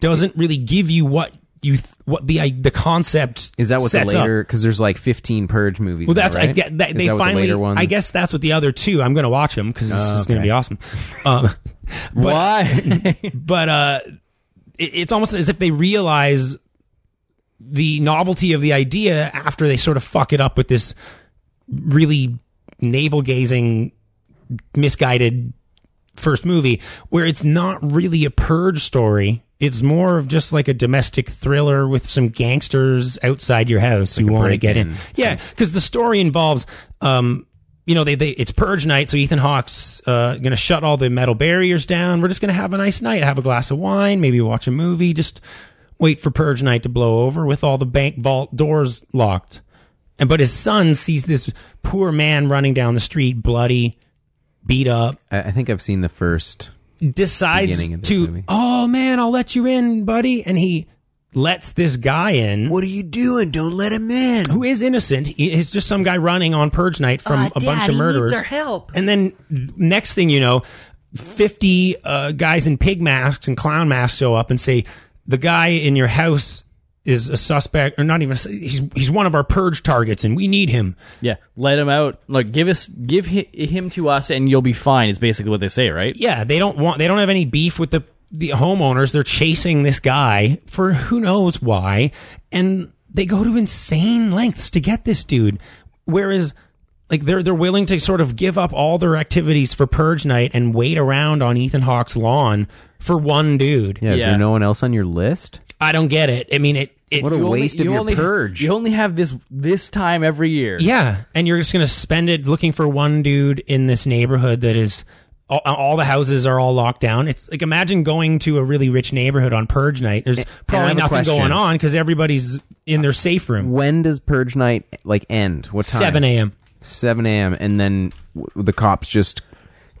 Speaker 8: doesn't really give you what you th- what the I the concept
Speaker 9: Is that what
Speaker 8: sets
Speaker 9: the
Speaker 8: up.
Speaker 9: later cuz there's like 15 purge movies.
Speaker 8: Well, that's
Speaker 9: now,
Speaker 8: I
Speaker 9: right?
Speaker 8: get that
Speaker 9: Is
Speaker 8: they
Speaker 9: what the
Speaker 8: finally.
Speaker 9: later Oh, ones-
Speaker 8: I guess that's what the other two. I'm going to watch them because this is going to be awesome. Um, but,
Speaker 10: why?
Speaker 8: But uh, it, it's almost as if they realize the novelty of the idea after they sort of fuck it up with this really navel gazing, misguided first movie where it's not really a purge story. It's more of just like a domestic thriller with some gangsters outside your house who
Speaker 9: a
Speaker 8: want to get in.
Speaker 9: break-in.
Speaker 8: Yeah, because the story involves, um, you know, they, they it's purge night, so Ethan Hawke's uh, gonna shut all the metal barriers down. We're just gonna have a nice night, have a glass of wine, maybe watch a movie, just wait for purge night to blow over with all the bank vault doors locked. And but his son sees this poor man running down the street, bloody, beat up,
Speaker 9: I I think I've seen the first
Speaker 8: decides
Speaker 9: Beginning of this
Speaker 8: to
Speaker 9: movie.
Speaker 8: oh man i'll let you in buddy and he lets this guy in
Speaker 9: What are you doing? Don't let him in.
Speaker 8: who is innocent he, he's just some guy running on purge night from
Speaker 9: Uh,
Speaker 8: a bunch of murderers
Speaker 9: help.
Speaker 8: and then next thing you know 50 uh, guys in pig masks and clown masks show up and say the guy in your house is a suspect or not even a- he's he's one of our purge targets and we need him
Speaker 10: yeah, let him out. Like give us, give hi- him to us, and you'll be fine. Is basically what they say, right?
Speaker 8: yeah, they don't want they don't have any beef with the the homeowners. They're chasing this guy for who knows why, and they go to insane lengths to get this dude. Whereas like they're they're willing to sort of give up all their activities for purge night and wait around on Ethan Hawke's lawn for one dude.
Speaker 9: Yeah, is
Speaker 10: Yeah.
Speaker 9: there no one else on your list?
Speaker 8: I don't get it. I mean, it it
Speaker 9: What a
Speaker 10: You only-
Speaker 9: waste
Speaker 10: you
Speaker 9: of your
Speaker 10: only-
Speaker 9: purge.
Speaker 10: You only have this this time every year.
Speaker 8: yeah, and you're just gonna spend it looking for one dude in this neighborhood that is. All, all the houses are all locked down. It's like imagine going to a really rich neighborhood on purge night. There's
Speaker 9: Eh, I
Speaker 8: probably
Speaker 9: have a
Speaker 8: nothing
Speaker 9: question.
Speaker 8: going on because everybody's in their safe room.
Speaker 9: when does purge night like end? What time?
Speaker 8: Seven a.m.
Speaker 9: 7 a.m. and then w- the cops just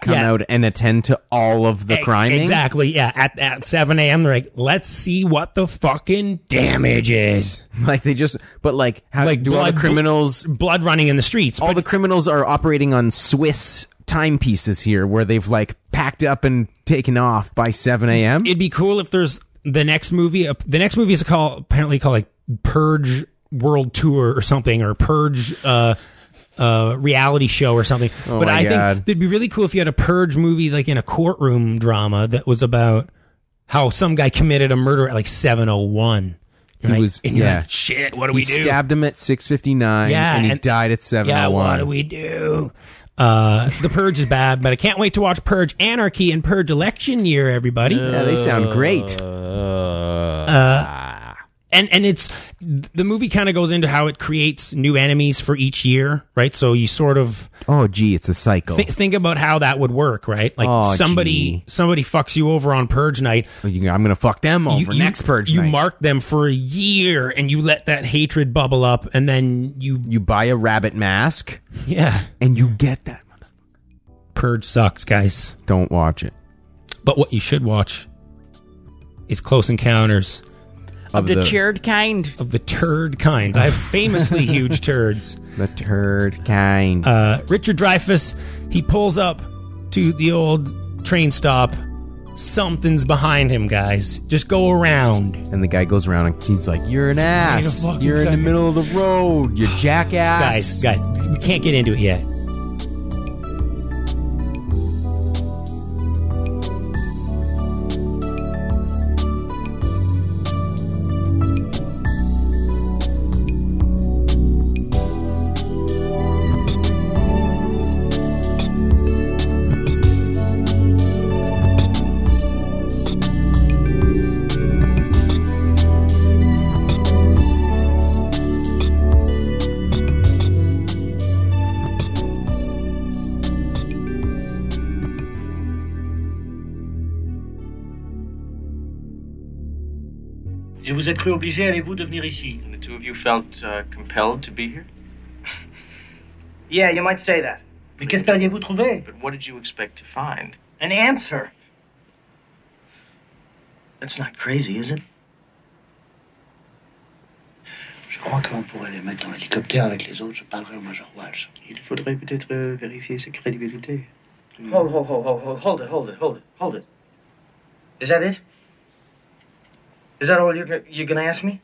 Speaker 9: come
Speaker 8: Yeah.
Speaker 9: out and attend to all of the
Speaker 8: E-
Speaker 9: criming.
Speaker 8: Exactly. Yeah. At, at 7 a.m., they're like, let's see what the fucking damage is.
Speaker 9: Like they just, but like, how
Speaker 8: Like
Speaker 9: do all
Speaker 8: blood-
Speaker 9: the criminals?
Speaker 8: Blood running in the streets.
Speaker 9: All
Speaker 8: But
Speaker 9: the criminals are operating on Swiss timepieces here, where they've like packed up and taken off by 7 a.m.
Speaker 8: it'd be cool if there's the next movie. uh, The next movie is called, apparently called like Purge World Tour or something, or Purge, uh, uh, reality show or something. but
Speaker 9: Oh my
Speaker 8: I
Speaker 9: God.
Speaker 8: think it'd be really cool if you had a Purge movie like in a courtroom drama that was about how some guy committed a murder at like 701.
Speaker 9: He
Speaker 8: right?
Speaker 9: was-
Speaker 8: and you're
Speaker 9: yeah.
Speaker 8: like, shit, what do
Speaker 9: He
Speaker 8: we do?
Speaker 9: stabbed him at 6:59,
Speaker 8: Yeah,
Speaker 9: and he
Speaker 8: and-
Speaker 9: died at 7:01.
Speaker 8: Yeah, what do we do? Uh, the Purge is bad, but I can't wait to watch Purge Anarchy and Purge Election Year, everybody.
Speaker 9: Yeah, they sound great.
Speaker 8: And and it's the movie kind of goes into how it creates new enemies for each year, right? So you sort of
Speaker 9: Oh, gee, it's a cycle.
Speaker 8: thi- think about how that would work, right? Like
Speaker 9: Aw,
Speaker 8: somebody
Speaker 9: gee.
Speaker 8: somebody fucks you over on Purge night.
Speaker 9: Oh, you- I'm gonna fuck them over
Speaker 8: you,
Speaker 9: next purge.
Speaker 8: you
Speaker 9: night.
Speaker 8: mark them for a year, and you let that hatred bubble up, and then you
Speaker 9: you buy a rabbit mask,
Speaker 8: yeah,
Speaker 9: and you get that. mother-
Speaker 8: Purge sucks, guys.
Speaker 9: Don't watch it.
Speaker 8: But what you should watch is Close Encounters
Speaker 9: Of, the,
Speaker 10: shared kind.
Speaker 8: of the Turd Kinds. I have famously huge turds.
Speaker 9: the turd kind.
Speaker 8: Uh, Richard Dreyfuss, he pulls up to the old train stop. Something's behind him, guys. Just go around.
Speaker 9: And the guy goes around and he's like, "You're an ass.
Speaker 8: fucking
Speaker 9: You're in
Speaker 8: second."
Speaker 9: the middle of the road. You jackass."
Speaker 8: Guys, guys, we can't get into it yet.
Speaker 1: Et vous êtes cru obligé, allez-vous, de venir ici? The two of you felt uh, compelled to be here? yeah, you might say that. Mais qu'espériez-vous trouver? But what did you expect to find? An answer. That's not crazy, is it? Je crois qu'on pourrait les mettre dans l'hélicoptère avec les autres. Je parlerai au Major Walsh. Il faudrait peut-être euh, vérifier sa crédibilité. Hold, hold, hold, hold, hold, hold it, hold it, hold it, hold it. Is that it? Is that all you're, go- you're gonna ask me?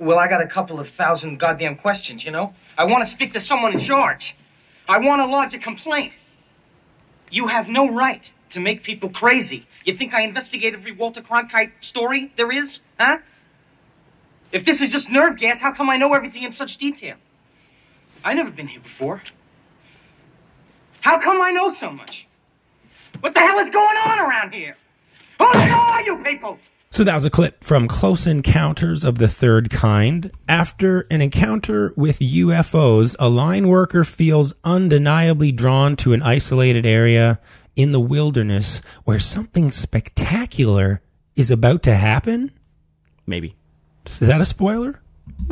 Speaker 1: Well, I got a couple of thousand goddamn questions, you know? I want to speak to someone in charge. I want to lodge a complaint. You have no right to make people crazy. You think I investigate every Walter Cronkite story there is? Huh? If this is just nerve gas, how come I know everything in such detail? i never been here before. How come I know so much? What the hell is going on around here? Who the hell are you people?
Speaker 8: So that was a clip from Close Encounters of the Third Kind. After an encounter with UFOs, a line worker feels undeniably drawn to an isolated area in the wilderness where something spectacular is about to happen.
Speaker 10: Maybe.
Speaker 8: Is that a spoiler?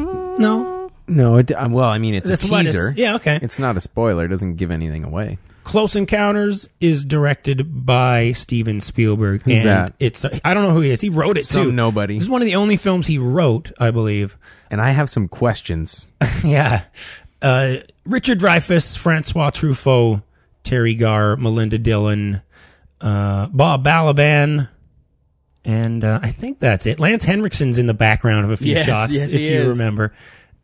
Speaker 8: No.
Speaker 9: no, it, um, well, I mean, it's
Speaker 8: That's
Speaker 9: a
Speaker 8: what it's-
Speaker 9: teaser.
Speaker 8: yeah, okay.
Speaker 9: It's not a spoiler. It doesn't give anything away.
Speaker 8: Close Encounters is directed by Steven Spielberg.
Speaker 9: Who's
Speaker 8: and
Speaker 9: that?
Speaker 8: It's I don't know who he is. He wrote it
Speaker 9: Some
Speaker 8: too.
Speaker 9: nobody.
Speaker 8: This is one of the only films he wrote, I believe.
Speaker 9: And I have some questions.
Speaker 8: Yeah. Uh, Richard Dreyfuss, Francois Truffaut, Terry Garr, Melinda Dillon, uh, Bob Balaban, and uh, I think that's it. Lance Henriksen's in the background of a few
Speaker 10: Yes,
Speaker 8: shots,
Speaker 10: yes,
Speaker 8: if
Speaker 10: he
Speaker 8: you
Speaker 10: is.
Speaker 8: remember.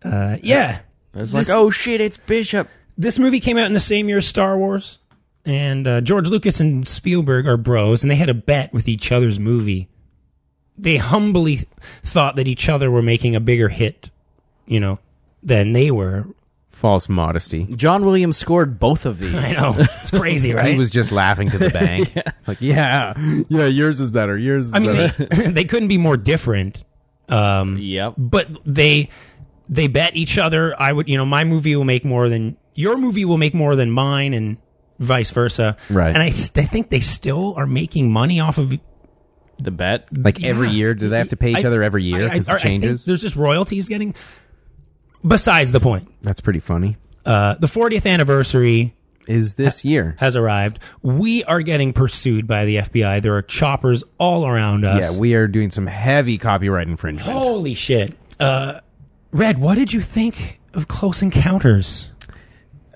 Speaker 8: Uh, yeah.
Speaker 10: It's
Speaker 8: This-
Speaker 10: like, oh shit, it's Bishop.
Speaker 8: This movie came out in the same year as Star Wars, and uh, George Lucas and Spielberg are bros, and they had a bet with each other's movie. They humbly thought that each other were making a bigger hit, you know, than they were
Speaker 9: False modesty.
Speaker 10: John Williams scored both of these.
Speaker 8: I know. It's crazy, right?
Speaker 9: He was just laughing to the bank. It's like, yeah, yeah, yours is better. Yours is
Speaker 8: I mean,
Speaker 9: better.
Speaker 8: they, they couldn't be more different. Um,
Speaker 10: Yep.
Speaker 8: but they they bet each other. I would, you know, my movie will make more than your movie will make more than mine, and vice versa.
Speaker 9: Right.
Speaker 8: And I, s- I think they still are making money off of
Speaker 10: The bet.
Speaker 9: like every
Speaker 8: Yeah.
Speaker 9: year, do they have to pay each
Speaker 8: I-
Speaker 9: other every year
Speaker 8: I- I-
Speaker 9: because
Speaker 8: I
Speaker 9: it
Speaker 8: think
Speaker 9: changes?
Speaker 8: There's just royalties getting. Besides the point,
Speaker 9: That's pretty funny.
Speaker 8: uh, the 40th anniversary
Speaker 9: Is this year?
Speaker 8: has arrived. We are getting pursued by the FBI. There are choppers all around us.
Speaker 9: Yeah, we are doing some heavy copyright infringement.
Speaker 8: Holy shit. Uh, Red, what did you think of Close Encounters?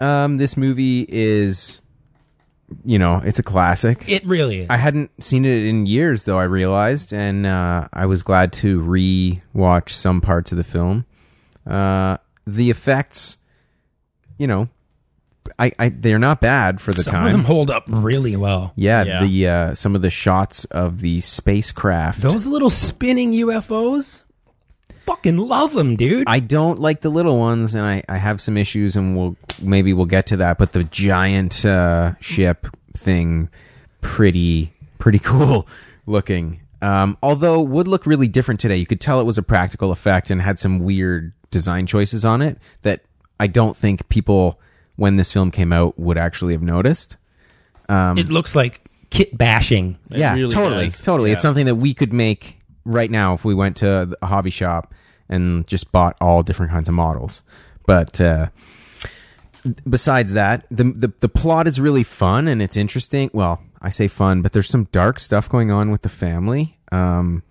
Speaker 8: Oh.
Speaker 9: Um, this movie is, you know, it's a classic.
Speaker 8: It really is.
Speaker 9: I hadn't seen it in years, though. I realized, and uh, I was glad to re-watch some parts of the film. Uh, the effects, you know, I, I they're not bad for the
Speaker 8: Some
Speaker 9: time.
Speaker 8: of them hold up really well.
Speaker 9: yeah,
Speaker 10: Yeah.
Speaker 9: the uh, some of the shots of the spacecraft.
Speaker 8: Those little spinning UFOs, fucking love them, dude.
Speaker 9: I don't like the little ones, and I, I have some issues, and we'll maybe we'll get to that. But the giant uh, ship thing, pretty pretty cool looking. Um, although would look really different today. You could tell it was a practical effect and had some weird design choices on it that I don't think people when this film came out would actually have noticed. Um,
Speaker 8: it looks like kit bashing.
Speaker 10: It
Speaker 9: yeah,
Speaker 10: really
Speaker 9: totally,
Speaker 10: does.
Speaker 9: totally.
Speaker 10: Yeah.
Speaker 9: It's something that we could make right now if we went to a hobby shop and just bought all different kinds of models. But uh, besides that, the, the the plot is really fun and it's interesting. Well, I say fun, but there's some dark stuff going on with the family, um,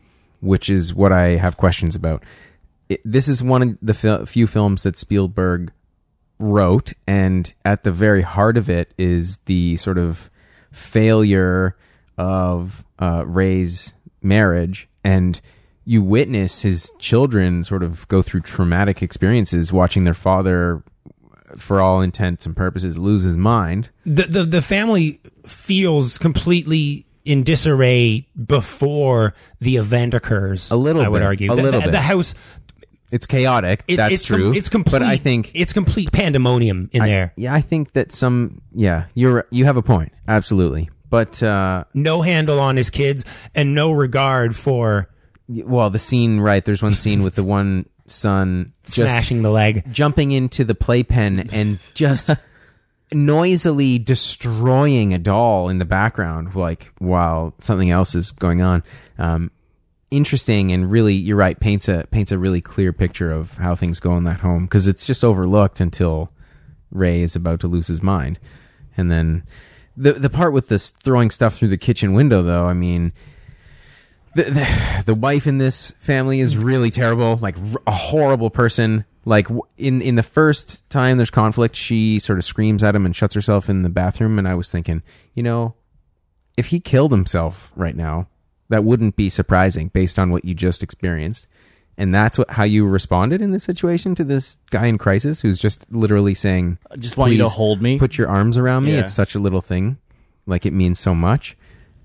Speaker 9: which is what I have questions about. It, this is one of the fil- few films that Spielberg wrote, and at the very heart of it is the sort of failure of uh, Ray's marriage, and you witness his children sort of go through traumatic experiences watching their father, for all intents and purposes, lose his mind.
Speaker 8: The, the, the family feels completely in disarray before the event occurs.
Speaker 9: A little
Speaker 8: I would
Speaker 9: bit.
Speaker 8: argue.
Speaker 9: A
Speaker 8: The-
Speaker 9: little
Speaker 8: the,
Speaker 9: bit.
Speaker 8: The house,
Speaker 9: It's chaotic.
Speaker 8: it-
Speaker 9: that's
Speaker 8: it's com-
Speaker 9: true.
Speaker 8: it's complete.
Speaker 9: But I think
Speaker 8: it's complete pandemonium in
Speaker 9: I-
Speaker 8: there.
Speaker 9: yeah, I think that some. Yeah, you're you have a point. Absolutely. But uh,
Speaker 8: No handle on his kids and no regard for
Speaker 9: well, the scene right there's one scene with the one son just
Speaker 8: smashing the leg.
Speaker 9: jumping into the playpen and just noisily destroying a doll in the background, like while something else is going on. Um, interesting and really, you're right. paints a paints a really clear picture of how things go in that home because it's just overlooked until Ray is about to lose his mind, and then the the part with this throwing stuff through the kitchen window, though. I mean. The, the, the wife in this family is really terrible, like r- a horrible person. Like w- in in the first time there's conflict, she sort of screams at him and shuts herself in the bathroom. And I was thinking, you know, if he killed himself right now, that wouldn't be surprising based on what you just experienced. And that's what how you responded in this situation to this guy in crisis who's just literally saying,
Speaker 10: I just want you to
Speaker 9: "Please
Speaker 10: hold me."
Speaker 9: put your arms around me.
Speaker 10: Yeah.
Speaker 9: It's such a little thing, like it means so much."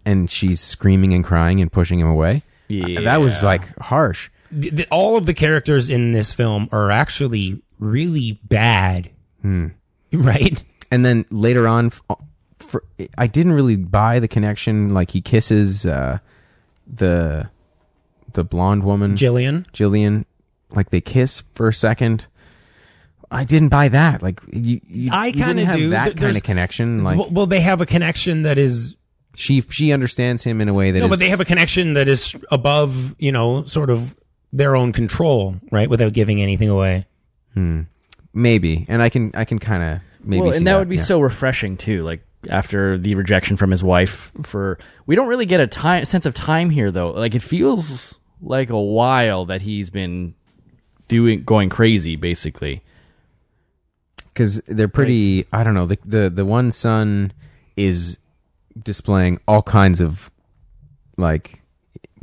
Speaker 9: And she's screaming and crying and pushing him away. Uh,
Speaker 10: Yeah.
Speaker 9: That was like harsh.
Speaker 8: The, the, all of the characters in this film are actually really bad.
Speaker 9: Hmm.
Speaker 8: Right?
Speaker 9: And then later on, f- uh, for, I didn't really buy the connection. Like he kisses uh, the the blonde woman,
Speaker 8: Jillian.
Speaker 9: Jillian. Like they kiss for a second. I didn't buy that. Like you, you
Speaker 8: I
Speaker 9: you didn't
Speaker 8: kinda
Speaker 9: have
Speaker 8: do. There-
Speaker 9: that kind
Speaker 8: there's-
Speaker 9: of connection. Hmm, Like
Speaker 8: well, well, they have a connection that is
Speaker 9: she she understands him in a way that
Speaker 8: no, but
Speaker 9: is-
Speaker 8: they have a connection that is above, you know, sort of their own control, right? Without giving anything away.
Speaker 9: maybe, and I can I can kind of maybe.
Speaker 10: well,
Speaker 9: see
Speaker 10: and that, would be
Speaker 9: yeah.
Speaker 10: so refreshing too. Like after the rejection from his wife, for we don't really get a time sense of time here though. Like it feels like a while that he's been doing going crazy basically.
Speaker 9: because they're pretty. I don't know. The, the the one son is displaying all kinds of like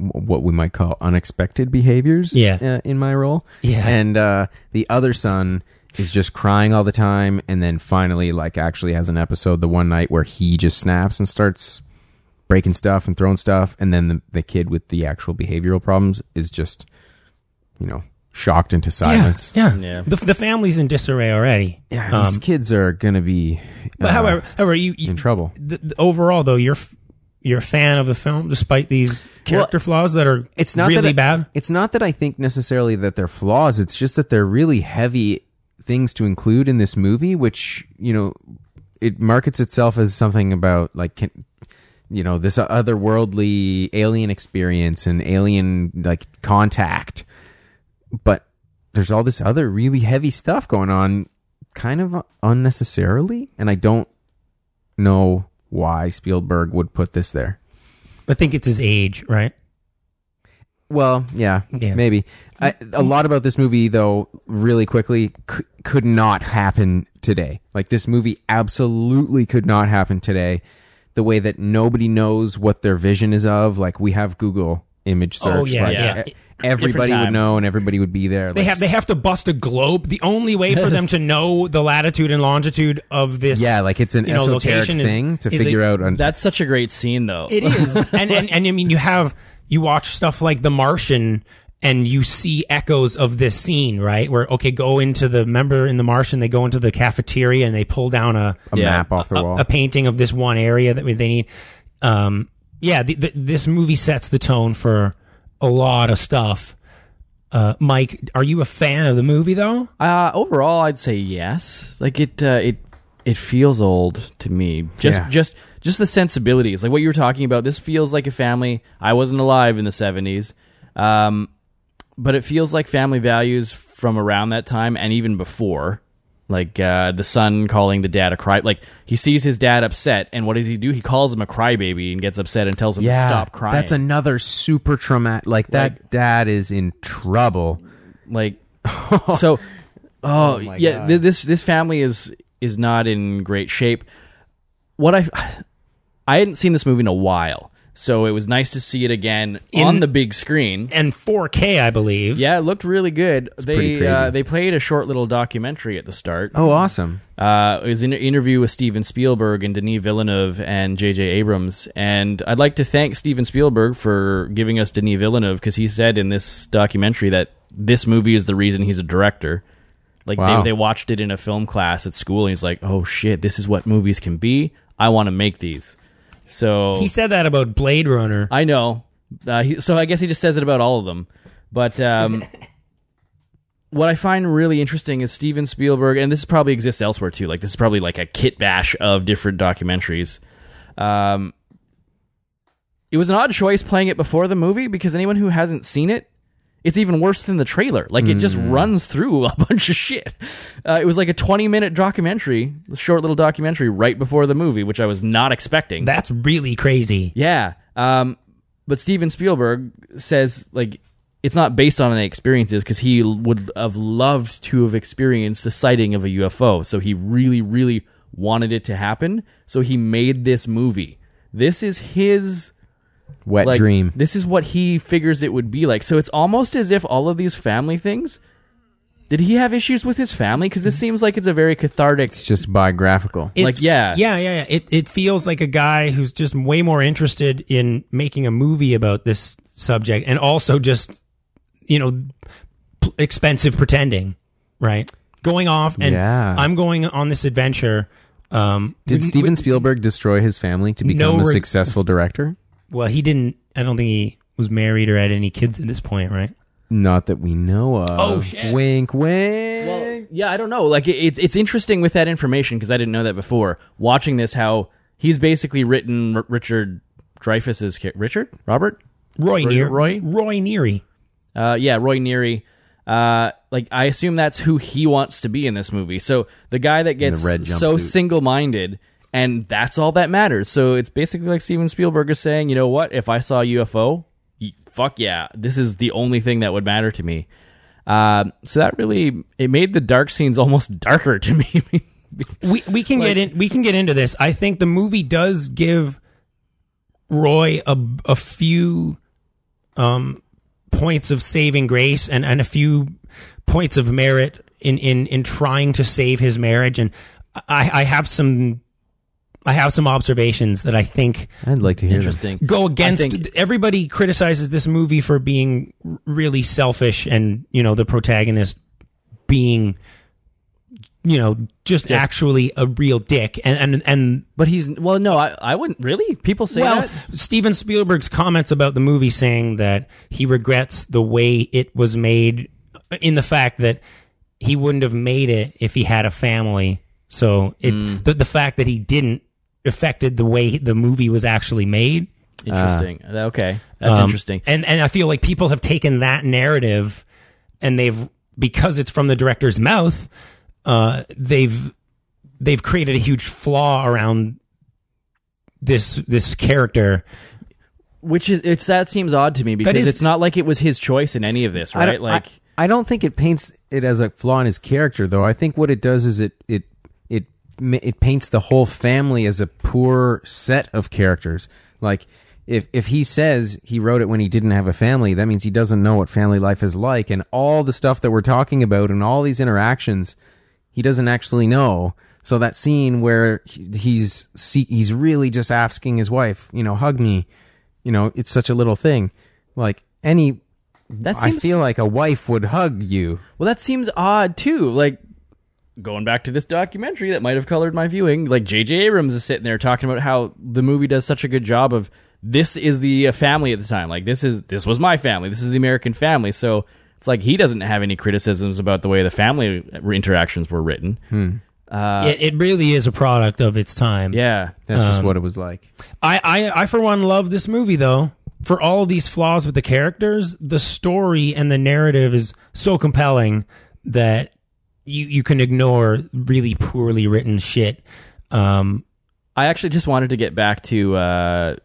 Speaker 9: w- what we might call unexpected behaviors.
Speaker 8: Yeah.
Speaker 9: uh, in my role.
Speaker 8: Yeah.
Speaker 9: and uh, the other son is just crying all the time, and then finally, like, actually has an episode the one night where he just snaps and starts breaking stuff and throwing stuff, and then the, the kid with the actual behavioral problems is just, you know, shocked into silence.
Speaker 8: Yeah, yeah. The, the family's in disarray already.
Speaker 9: Yeah, these
Speaker 8: Um,
Speaker 9: kids are gonna be.
Speaker 8: but
Speaker 9: uh,
Speaker 8: however, however, you, you
Speaker 9: in trouble.
Speaker 8: The, the- overall though, you're f- you're a fan of the film despite these character flaws that are
Speaker 9: It's not
Speaker 8: really
Speaker 9: that I-
Speaker 8: bad.
Speaker 9: It's not that I think necessarily that they're flaws. It's just that they're really heavy things to include in this movie, which you know, it markets itself as something about like. Can, you know this otherworldly alien experience and alien like contact but there's all this other really heavy stuff going on kind of unnecessarily and i don't know why spielberg would put this there
Speaker 8: I think it's his age, right?
Speaker 9: well yeah,
Speaker 8: Yeah.
Speaker 9: maybe I, a lot about this movie though really quickly c- could not happen today like this movie absolutely could not happen today the way that nobody knows what their vision is of like we have google image search
Speaker 8: Oh, yeah,
Speaker 9: like,
Speaker 8: yeah.
Speaker 9: e- everybody
Speaker 10: Different
Speaker 9: would
Speaker 10: time.
Speaker 9: know and everybody would be there
Speaker 8: They
Speaker 9: like,
Speaker 8: have they have to bust a globe. The only way for them to know the latitude and longitude of this,
Speaker 9: Yeah, like it's an
Speaker 8: you know,
Speaker 9: esoteric
Speaker 8: location is-
Speaker 9: thing to
Speaker 8: is a-
Speaker 9: figure out. On,
Speaker 10: That's such a great scene, though.
Speaker 8: It is, and, and and I mean, you have you watch stuff like The Martian, and you see echoes of this scene, right? Where okay, go into the remember in The Martian, they go into the cafeteria and they pull down a
Speaker 9: a
Speaker 10: Yeah.
Speaker 9: map off the wall.
Speaker 8: a, a painting of this one area that we- they need. Um, yeah, the, the, this movie sets the tone for a lot of stuff. Uh, Mike, are you a fan of the movie though?
Speaker 10: Uh, overall, I'd say yes. Like it, uh, it, it feels old to me. Just,
Speaker 9: Yeah.
Speaker 10: just, just the sensibilities, like what you were talking about. This feels like a family. I wasn't alive in the seventies, um, but it feels like family values from around that time and even before. Like uh, the son calling the dad a cry. Like he sees his dad upset, and what does he do? He calls him a crybaby and gets upset and tells him to stop crying.
Speaker 9: That's another super traumatic. Like that dad is in trouble.
Speaker 10: like so oh,
Speaker 9: my
Speaker 10: yeah
Speaker 9: God.
Speaker 10: th- this this family is is not in great shape what i i hadn't seen this movie in a while so it was nice to see it again
Speaker 8: In-
Speaker 10: on the big screen
Speaker 8: And 4K, I believe.
Speaker 10: yeah it looked really good
Speaker 9: pretty
Speaker 10: they
Speaker 9: crazy.
Speaker 10: uh, they played a short little documentary at the start
Speaker 9: Oh, awesome!
Speaker 10: uh, it was an interview with Steven Spielberg and Denis Villeneuve and J.J. Abrams. And I'd like to thank Steven Spielberg for giving us Denis Villeneuve because he said in this documentary that this movie is the reason he's a director. Like
Speaker 9: Wow.
Speaker 10: they, they watched it in a film class at school, and he's like, "Oh shit, this is what movies can be. I want to make these." So
Speaker 8: He said that about Blade Runner.
Speaker 10: I know. Uh, he, so I guess he just says it about all of them. But um, what I find really interesting is Steven Spielberg, and this probably exists elsewhere too. Like this is probably like a kit bash of different documentaries. Um, it was an odd choice playing it before the movie because anyone who hasn't seen it, it's even worse than the trailer. Like it just runs through a bunch of shit. Uh, it was like a twenty-minute documentary, a short little documentary right before the movie, which I was not expecting.
Speaker 8: That's really crazy.
Speaker 10: Yeah. Um, but Steven Spielberg says like it's not based on any experiences because he l- would have loved to have experienced the sighting of a UFO. So he really, really wanted it to happen. So he made this movie. This is his
Speaker 9: Wet
Speaker 10: like,
Speaker 9: dream.
Speaker 10: This is what he figures it would be like. So it's almost as if all of these family things. Did he have issues with his family? Because this seems like it's a very cathartic.
Speaker 9: It's just biographical.
Speaker 10: Like, yeah.
Speaker 8: yeah, yeah, yeah. It it feels like a guy who's just way more interested in making a movie about this subject, and also just you know p- expensive pretending, right? Going off and
Speaker 9: Yeah.
Speaker 8: I'm going on this adventure. Um,
Speaker 9: Did
Speaker 8: with-
Speaker 9: Steven Spielberg destroy his family to become
Speaker 8: No
Speaker 9: a
Speaker 8: reg-
Speaker 9: successful director?
Speaker 8: well, he didn't. I don't think he was married or had any kids at this point, right?
Speaker 9: Not that we know of.
Speaker 8: Oh, shit.
Speaker 9: Wink, wink.
Speaker 10: Well, yeah, I don't know. Like it, it's it's interesting with that information because I didn't know that before. Watching this, how he's basically written R- Richard Dreyfus's ca- Richard Robert,
Speaker 8: Roy Neary.
Speaker 10: Roy?
Speaker 8: Roy Neary.
Speaker 10: uh, yeah, Roy Neary. Uh, like I assume that's who he wants to be in this movie. So the guy that gets
Speaker 9: red
Speaker 10: so
Speaker 9: jumpsuit.
Speaker 10: single minded, and that's all that matters. So it's basically like Steven Spielberg is saying, you know what? If I saw a UFO, y- fuck yeah, this is the only thing that would matter to me. Um, so that really it made the dark scenes almost darker to me.
Speaker 8: we we can get in we can get into this. I think the movie does give Roy a a few um points of saving grace and and a few points of merit in in in trying to save his marriage and I I have some I have some observations that I think
Speaker 9: I'd like to hear. them.
Speaker 10: Interesting.
Speaker 8: go against
Speaker 10: I think-
Speaker 8: everybody criticizes this movie for being r- really selfish and you know the protagonist being you know just, actually a real dick and and, and
Speaker 10: But he's well, no, I, I wouldn't really. People say
Speaker 8: well
Speaker 10: that.
Speaker 8: Steven Spielberg's comments about the movie saying that he regrets the way it was made in the fact that he wouldn't have made it if he had a family so it the, the fact that he didn't affected the way the movie was actually made
Speaker 9: uh,
Speaker 10: Interesting. okay, that's
Speaker 8: um,
Speaker 10: interesting.
Speaker 8: And and I feel like people have taken that narrative and they've because it's from the director's mouth, uh, they've they've created a huge flaw around this this character.
Speaker 10: Which is it's that seems odd to me because
Speaker 8: is-
Speaker 10: it's not like it was his choice in any of this,
Speaker 9: I
Speaker 10: right?
Speaker 9: don't-
Speaker 10: Like
Speaker 9: I, I don't think it paints it as a flaw in his character, though. I think what it does is it it it ma- it paints the whole family as a poor set of characters. Like if if he says he wrote it when he didn't have a family, that means he doesn't know what family life is like, and all the stuff that we're talking about and all these interactions, he doesn't actually know. So that scene where he- he's see, he's really just asking his wife, you know, hug me, you know, it's such a little thing. Like any
Speaker 10: that seems
Speaker 9: I feel like a wife would hug you.
Speaker 10: well, that seems odd too. Like going back to this documentary that might have colored my viewing. Like J.J. Abrams is sitting there talking about how the movie does such a good job of this is the uh, family at the time. Like this is this was my family. This is the American family. So it's like he doesn't have any criticisms about the way the family interactions were written.
Speaker 8: it, it really is a product of its time.
Speaker 10: Uh, Yeah.
Speaker 9: That's just
Speaker 8: Um,
Speaker 9: what it was like.
Speaker 8: I, I I for one love this movie though. For all these flaws with the characters, the story and the narrative is so compelling that you you can ignore really poorly written shit. Um,
Speaker 10: I actually just wanted to get back to uh,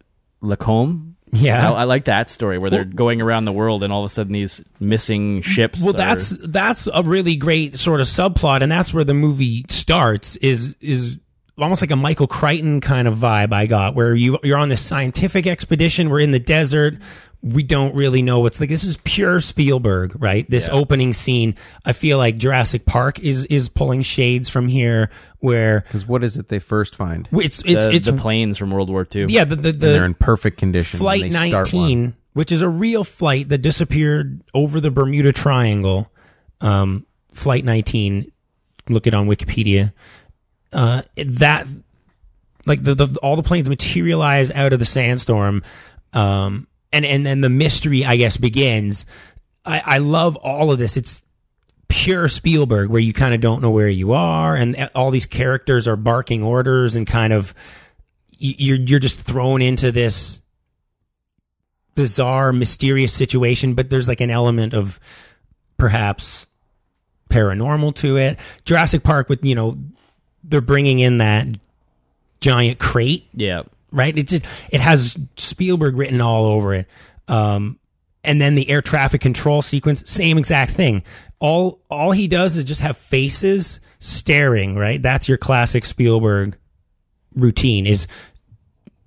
Speaker 10: Lacombe.
Speaker 8: Yeah.
Speaker 10: I, I like that story where they're going aroround the world and all of a sudden these missing ships.
Speaker 8: Well,
Speaker 10: are-
Speaker 8: that's that's a really great sort of subplot, and that's where the movie starts. Is is almost like a Michael Crichton kind of vibe I got, where you you're on this scientific expedition. We're in the desert. We don't really know what's like. This is pure Spielberg, right? This opening scene. I feel like Jurassic Park is is pulling shades from here, where
Speaker 9: Because what is it they first find?
Speaker 8: it's it's
Speaker 10: the,
Speaker 8: it's
Speaker 10: the planes from World War II.
Speaker 8: yeah the the,
Speaker 9: and they're
Speaker 8: the
Speaker 9: in perfect condition. when
Speaker 8: Flight
Speaker 9: they start one.
Speaker 8: 19, which is a real flight that disappeared over the Bermuda Triangle. Um, flight 19, look it on Wikipedia. Uh, it- that like the, the all the planes materialize out of the sandstorm, um, and and then the mystery, I guess, begins. I, I love all of this. It's pure Spielberg, where you kind of don't know where you are, and uh, all these characters are barking orders and kind of y- you're you're just thrown into this bizarre, mysterious situation, but there's like an element of perhaps paranormal to it. Jurassic Park with you know they're bringing in that giant crate,
Speaker 10: Yeah.
Speaker 8: right? It just it has Spielberg written all over it. Um, and then the air traffic control sequence, same exact thing. All all he does is just have faces staring, right? That's your classic Spielberg routine is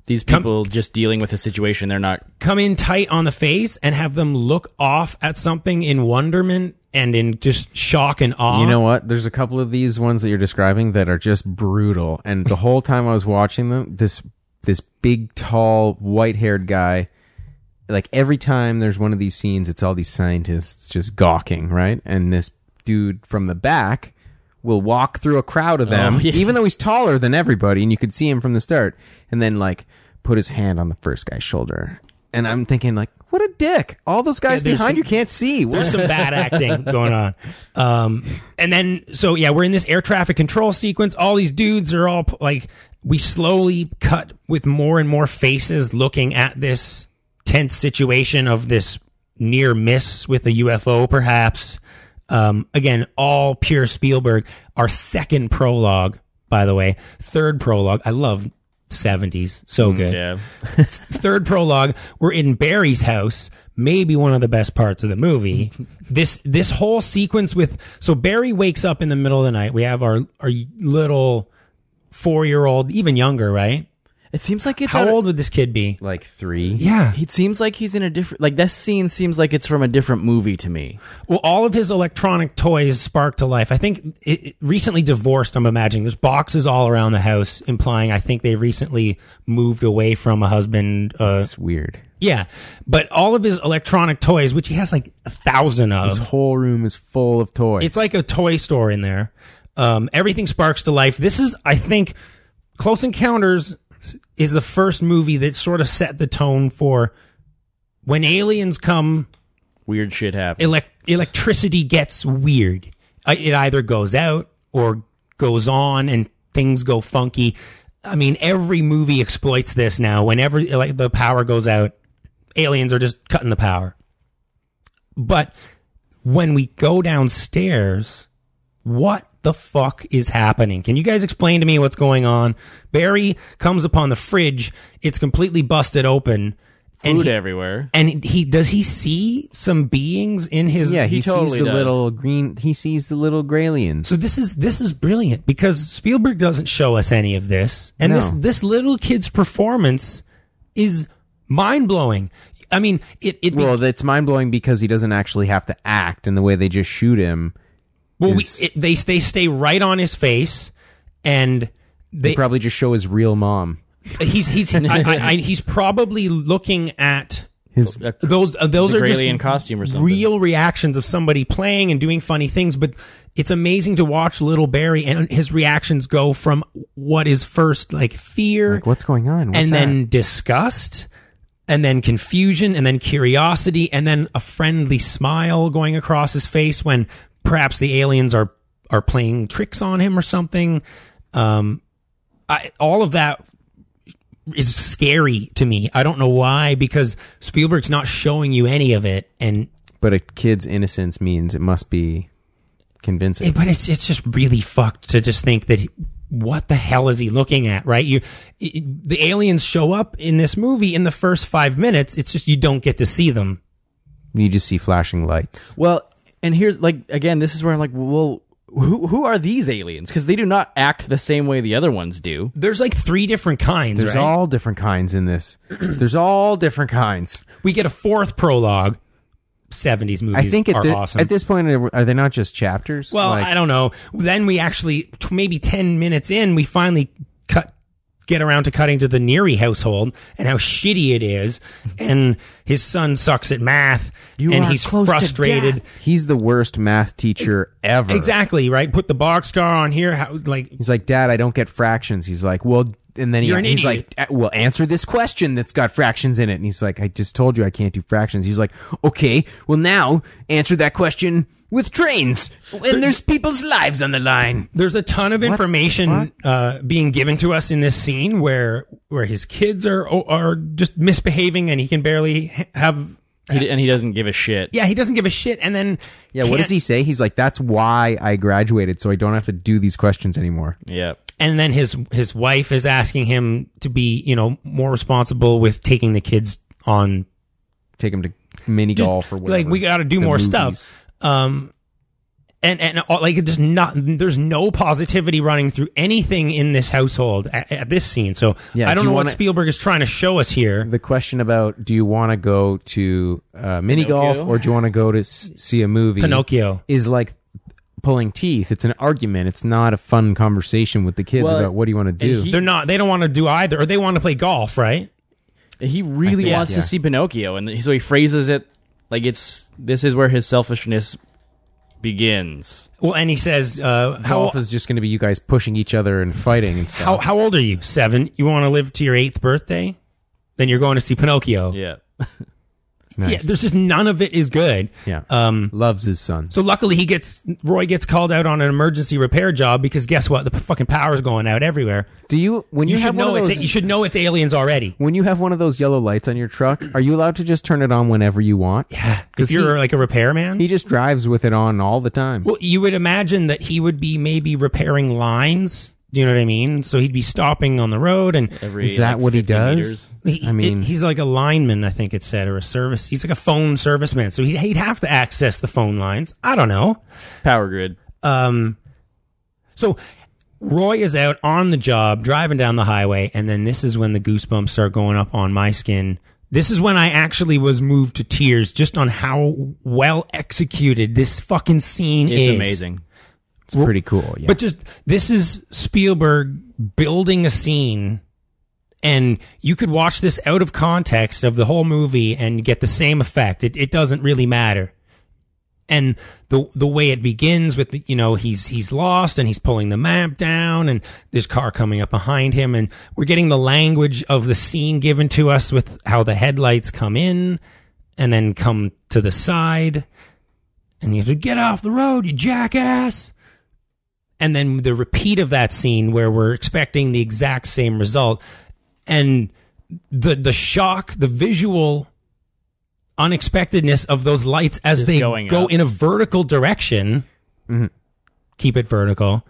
Speaker 10: These
Speaker 8: Come-
Speaker 10: people just dealing with a situation they're not.
Speaker 8: come in tight on the face and have them look off at something in wonderment and in just shock and awe.
Speaker 9: You know
Speaker 10: Uh-huh.
Speaker 9: what? There's a couple of these ones that you're describing that are just brutal. And the whole time I was watching them, this this big, tall, white haired guy, like every time there's one of these scenes, it's all these scientists just gawking, right? And this dude from the back will walk through a crowd of them,
Speaker 10: Oh, yeah.
Speaker 9: even though he's taller than everybody, and you could see him from the start, and then like put his hand on the first guy's shoulder. And I'm thinking, like, what a dick! All those guys
Speaker 8: there's
Speaker 9: behind
Speaker 8: some-
Speaker 9: you can't see. What
Speaker 8: There's some bad acting going on. Um, and then, so yeah, we're in this air traffic control sequence. All these dudes are all like, we slowly cut with more and more faces looking at this tense situation of this near miss with a UFO, perhaps. Um, again, all pure Spielberg. Our second prologue, by the way, third prologue. I love 70s. So good
Speaker 10: Yeah.
Speaker 8: third prologue, we're in Barry's house, maybe one of the best parts of the movie. this this whole sequence with so Barry wakes up in the middle of the night. We have our our little four year old, even younger, right?
Speaker 10: It seems like it's
Speaker 8: How
Speaker 10: out of-
Speaker 8: old would this kid be?
Speaker 9: Like three.
Speaker 8: Yeah.
Speaker 10: He seems like he's in a different. Like that scene seems like it's from a different movie to me.
Speaker 8: Well, all of his electronic toys spark to life. I think it, it- recently divorced, I'm imagining. There's boxes all around the house implying I think they recently moved away from a husband. Uh,
Speaker 9: It's weird.
Speaker 8: yeah. But all of his electronic toys, which he has like a thousand
Speaker 9: His
Speaker 8: of,
Speaker 9: whole room is full of toys.
Speaker 8: Um, it's like a toy store in there. Um, everything sparks to life. This is, I think, Close Encounters is the first movie that sort of set the tone for when aliens come
Speaker 10: Weird shit happens.
Speaker 8: elec- electricity gets weird. Uh, It either goes out or goes on, and things go funky. I mean, every movie exploits this now. Whenever like the power goes out, aliens are just cutting the power. But when we go downstairs, what the fuck is happening? Can you guys explain to me what's going on? Barry comes upon the fridge; it's completely busted open. And
Speaker 10: Food
Speaker 8: he-
Speaker 10: everywhere.
Speaker 8: and he does he see some beings in his
Speaker 9: yeah, he,
Speaker 10: he totally
Speaker 9: sees the
Speaker 10: does.
Speaker 9: little green. He sees the little Graylians.
Speaker 8: so this is this is brilliant because Spielberg doesn't show us any of this and this
Speaker 9: No.
Speaker 8: this little kid's performance is mind-blowing I mean it it
Speaker 9: well, that's mind blowing because he doesn't actually have to act, and the way they just shoot him,
Speaker 8: well we,
Speaker 9: is-
Speaker 8: it, they they stay right on his face and
Speaker 9: they,
Speaker 8: they
Speaker 9: probably just show his real mom.
Speaker 8: he's he's I, I, I, he's probably looking at
Speaker 9: His
Speaker 10: That-
Speaker 8: those uh, those
Speaker 10: the
Speaker 8: are just
Speaker 10: Graylian costume or something.
Speaker 8: real reactions of somebody playing and doing funny things but it's amazing to watch little barry and his reactions go from what is first like fear
Speaker 9: like, what's going on? What's
Speaker 8: and
Speaker 9: that?
Speaker 8: then disgust and then confusion and then curiosity and then a friendly smile going across his face when perhaps the aliens are are playing tricks on him or something um I, all of that is scary to me. I don't know why because Spielberg's not showing you any of it and
Speaker 9: but a kid's innocence means it must be convincing.
Speaker 8: but it's it's just really fucked to just think that he- what the hell is he looking at right you i- i- the aliens show up in this movie in the first 5 minutes it's just you don't get to see them
Speaker 9: you just see flashing lights.
Speaker 10: Well, and here's like again, this is where I'm like, well, who who are these aliens? Because they do not act the same way the other ones do.
Speaker 8: there's like three different kinds
Speaker 9: There's
Speaker 8: right?
Speaker 9: all different kinds in this. There's all different kinds.
Speaker 8: we get a fourth prologue 70s movies
Speaker 9: I think at,
Speaker 8: are
Speaker 9: thi-
Speaker 8: awesome
Speaker 9: at this point, are are they not just chapters?
Speaker 8: well
Speaker 9: Like,
Speaker 8: i don't know then we actually t- maybe 10 minutes in we finally cut get around to cutting to the Neary household and how shitty it is and his son sucks at math
Speaker 10: You
Speaker 8: and
Speaker 10: are
Speaker 8: he's
Speaker 10: close to
Speaker 8: frustrated
Speaker 10: death.
Speaker 9: He's the worst math teacher ever.
Speaker 8: Exactly right. Put the boxcar on here. How like
Speaker 9: He's like, Dad, I don't get fractions. He's like, Well, and then he,
Speaker 8: You're an
Speaker 9: he's
Speaker 8: idiot.
Speaker 9: like, "Uh, Well, answer this question that's got fractions in it. And he's like, I just told you I can't do fractions. He's like, Okay, well now answer that question with trains, and there's people's lives on the line.
Speaker 8: there's a ton of information uh, being given to us in this scene where where his kids are are just misbehaving and he can barely ha- have.
Speaker 10: He, d- and he doesn't give a shit.
Speaker 8: Yeah, he doesn't give a shit. And then
Speaker 9: Yeah, what
Speaker 8: can't-
Speaker 9: does he say? He's like, That's why I graduated, so I don't have to do these questions anymore.
Speaker 10: Yeah.
Speaker 8: And then his his wife is asking him to be you know more responsible with taking the kids on
Speaker 9: Take him to mini
Speaker 8: Just,
Speaker 9: golf or whatever.
Speaker 8: Like we got to do
Speaker 9: The
Speaker 8: more
Speaker 9: movies.
Speaker 8: stuff. Um, and and all, like there's not there's no positivity running through anything in this household at, at this scene. So
Speaker 9: Yeah,
Speaker 8: I don't
Speaker 9: do you
Speaker 8: know what
Speaker 9: wanna-
Speaker 8: Spielberg is trying to show us here.
Speaker 9: The question about do you want to go to uh, mini golf
Speaker 10: Pinocchio?
Speaker 9: or do you want to go to s- see a movie?
Speaker 8: Pinocchio.
Speaker 9: is like pulling teeth. It's an argument. It's not a fun conversation with the kids
Speaker 10: Well,
Speaker 9: about what do you want to do.
Speaker 10: he-
Speaker 8: They're not. They don't want to do either, or they want to play golf, right?
Speaker 10: He really
Speaker 9: think-
Speaker 10: wants
Speaker 9: yeah.
Speaker 10: to see Pinocchio, and so he phrases it like it's this is where his selfishness begins.
Speaker 8: Well, and he says, uh, "How
Speaker 9: Golf is just going to be you guys pushing each other and fighting and stuff.
Speaker 8: how how old are you? Seven. You want to live to your eighth birthday? Then you're going to see Pinocchio.
Speaker 10: Yeah.
Speaker 9: Nice.
Speaker 8: Yeah, there's just none of it is good.
Speaker 9: Yeah.
Speaker 8: Um,
Speaker 9: Loves his son.
Speaker 8: So luckily, he gets Roy gets called out on an emergency repair job because guess what? The p- fucking power's going out everywhere.
Speaker 9: do you when you,
Speaker 8: You, should
Speaker 9: have one
Speaker 8: know
Speaker 9: of
Speaker 8: it's
Speaker 9: those,
Speaker 8: you should know it's aliens already.
Speaker 9: when you have one of those yellow lights on your truck, are you allowed to just turn it on whenever you want? Yeah,
Speaker 8: If you're like a repairman,
Speaker 9: he just drives with it on all the time.
Speaker 8: well, you would imagine that he would be maybe repairing lines. Do you know what I mean? So he'd be stopping on the road, and
Speaker 10: Every
Speaker 9: is that
Speaker 10: like,
Speaker 9: what he
Speaker 10: 50
Speaker 9: does?
Speaker 10: meters.
Speaker 8: he,
Speaker 9: I mean,
Speaker 8: he's like a lineman, I think it said, or a service. He's like a phone serviceman, so he'd, he'd have to access the phone lines. I don't know.
Speaker 10: Power grid.
Speaker 8: Um, so Roy is out on the job, driving down the highway, and then this is when the goosebumps start going up on my skin. This is when I actually was moved to tears just on how well executed this fucking scene
Speaker 10: It's
Speaker 8: is.
Speaker 10: amazing.
Speaker 9: It's pretty cool. Oh, Yeah.
Speaker 8: But just this is Spielberg building a scene, and you could watch this out of context of the whole movie and get the same effect. It, it doesn't really matter. And the the way it begins with the, you know he's he's lost and he's pulling the map down and this car coming up behind him and we're getting the language of the scene given to us with how the headlights come in and then come to the side and you have to get off the road you jackass and then the repeat of that scene where we're expecting the exact same result and the the shock the visual unexpectedness of those lights as
Speaker 10: Just
Speaker 8: they
Speaker 10: going
Speaker 8: go
Speaker 10: up. Mm-hmm.
Speaker 8: in a vertical direction keep it vertical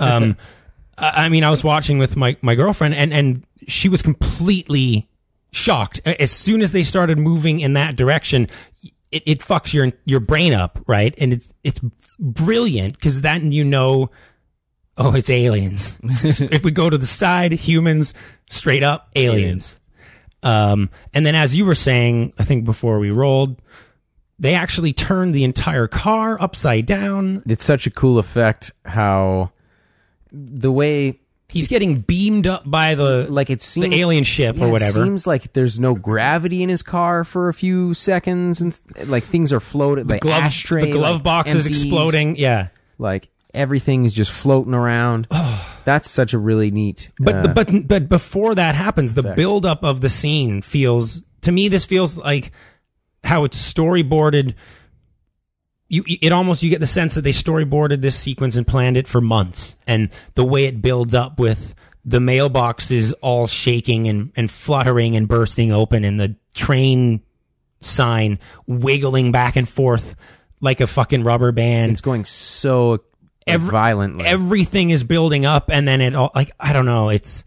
Speaker 8: um I I mean, I was watching with my, my girlfriend, and, and she was completely shocked as soon as they started moving in that direction. It, it fucks your your brain up, right? And it's it's brilliant because then you know, oh, it's aliens. if we go to the side, humans. Straight up, aliens. Um, and then as you were saying, I think before we rolled, they actually turned the entire car upside down.
Speaker 9: it's such a cool effect how the way
Speaker 8: He's getting beamed up by the
Speaker 9: like it seems
Speaker 8: the alien ship
Speaker 9: Yeah,
Speaker 8: or
Speaker 9: it
Speaker 8: whatever.
Speaker 9: seems like there's no gravity in his car for a few seconds and s- like things are floating the,
Speaker 8: glove,
Speaker 9: ashtray,
Speaker 8: the glove
Speaker 9: like,
Speaker 8: box is
Speaker 9: empties,
Speaker 8: exploding. Yeah,
Speaker 9: like everything's just floating around that's such a really neat
Speaker 8: but
Speaker 9: uh,
Speaker 8: the, but but before that happens, the
Speaker 9: Fact.
Speaker 8: buildup of the scene feels to me this feels like how it's storyboarded. You it almost you get the sense that they storyboarded this sequence and planned it for months, and the way it builds up with the mailboxes all shaking and and fluttering and bursting open, and the train sign wiggling back and forth like a fucking rubber band.
Speaker 9: it's going so like,
Speaker 8: Every-
Speaker 9: violently
Speaker 8: everything is building up and then it all like I don't know, it's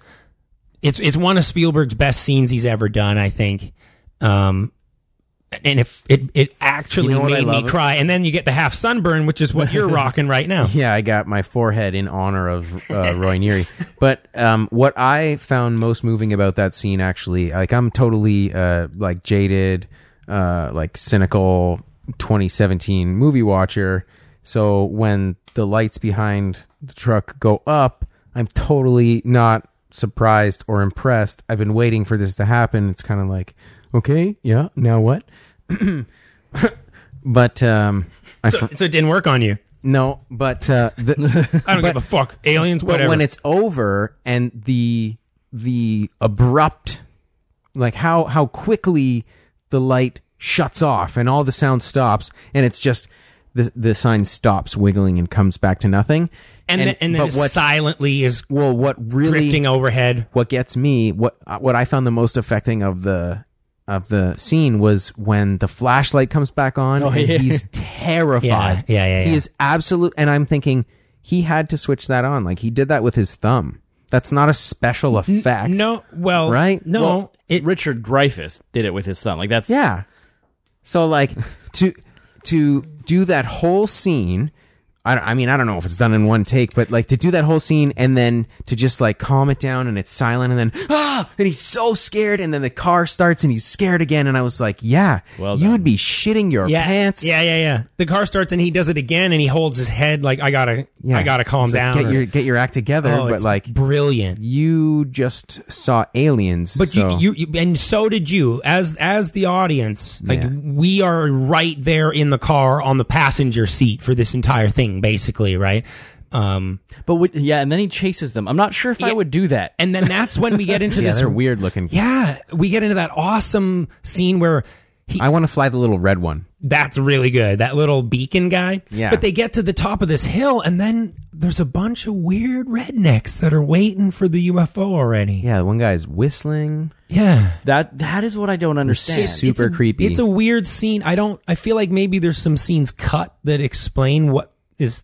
Speaker 8: it's it's one of Spielberg's best scenes he's ever done, I think. Um and if it it actually
Speaker 9: You know what I
Speaker 8: made me
Speaker 9: love?
Speaker 8: cry and then you get the half sunburn, which is what you're rocking right now.
Speaker 9: Yeah, I got my forehead in honor of uh, Roy Neary. But um, what I found most moving about that scene, actually, like I'm totally uh, like jaded, uh, like cynical 2017 movie watcher. So when the lights behind the truck go up, I'm totally not surprised or impressed. I've been waiting for this to happen. It's kind of like, okay, yeah, now what? but um, I
Speaker 8: So,
Speaker 9: for-
Speaker 8: so it didn't work on you.
Speaker 9: no, but uh, the,
Speaker 8: I don't give a fuck. Aliens, whatever.
Speaker 9: But when it's over and the the abrupt like how how quickly the light shuts off and all the sound stops and it's just the the sign stops wiggling and comes back to nothing.
Speaker 8: and, then, and then
Speaker 9: but
Speaker 8: it
Speaker 9: what's-
Speaker 8: silently is
Speaker 9: well what really
Speaker 8: drifting overhead.
Speaker 9: what gets me what uh, what I found the most affecting of the of the scene was when the flashlight comes back on and he's terrified.
Speaker 8: Oh, Yeah, yeah, yeah,
Speaker 9: He
Speaker 8: yeah.
Speaker 9: is absolute and I'm thinking he had to switch that on. Like he did that with his thumb. That's not a special effect.
Speaker 8: No, well,
Speaker 9: Right?
Speaker 8: No,
Speaker 9: Well,
Speaker 8: it
Speaker 10: Richard Dreyfuss did it with his thumb. Like that's
Speaker 9: Yeah. So like to to do that whole scene. I, don't- I mean I don't know if it's done in one take, but like to do that whole scene and then to just like calm it down and it's silent and then ah and he's so scared and then the car starts and he's scared again and I was like yeah
Speaker 10: Well
Speaker 9: you
Speaker 10: done.
Speaker 9: would be shitting your
Speaker 8: yeah,
Speaker 9: pants
Speaker 8: Yeah, yeah, yeah. The car starts and he does it again and he holds his head like I gotta
Speaker 9: Yeah.
Speaker 8: I gotta calm
Speaker 9: It's like,
Speaker 8: down.
Speaker 9: get
Speaker 8: or-
Speaker 9: your get your act together
Speaker 8: Oh,
Speaker 9: but
Speaker 8: it's
Speaker 9: like
Speaker 8: brilliant.
Speaker 9: you just saw aliens
Speaker 8: But
Speaker 9: so-
Speaker 8: you, you, you, and so did you, as as the audience. Like
Speaker 9: Yeah.
Speaker 8: we are right there in the car on the passenger seat for this entire thing, basically, right? Um,
Speaker 10: But would, yeah, and then he chases them. I'm not sure if I
Speaker 8: Yeah.
Speaker 10: would do that.
Speaker 8: and then that's when we get into
Speaker 9: yeah
Speaker 8: this
Speaker 9: they're weird looking
Speaker 8: Yeah, we get into that awesome scene where he,
Speaker 9: I want to fly the little red one
Speaker 8: that's really good. That little beacon guy.
Speaker 9: Yeah.
Speaker 8: But they get to the top of this hill, and then there's a bunch of weird rednecks that are waiting for the UFO already.
Speaker 9: yeah the one guy's whistling
Speaker 8: yeah.
Speaker 10: That that is what I don't understand.
Speaker 9: It's super
Speaker 8: it's a,
Speaker 9: creepy.
Speaker 8: It's a weird scene. I don't. I feel like maybe there's some scenes cut that explain what is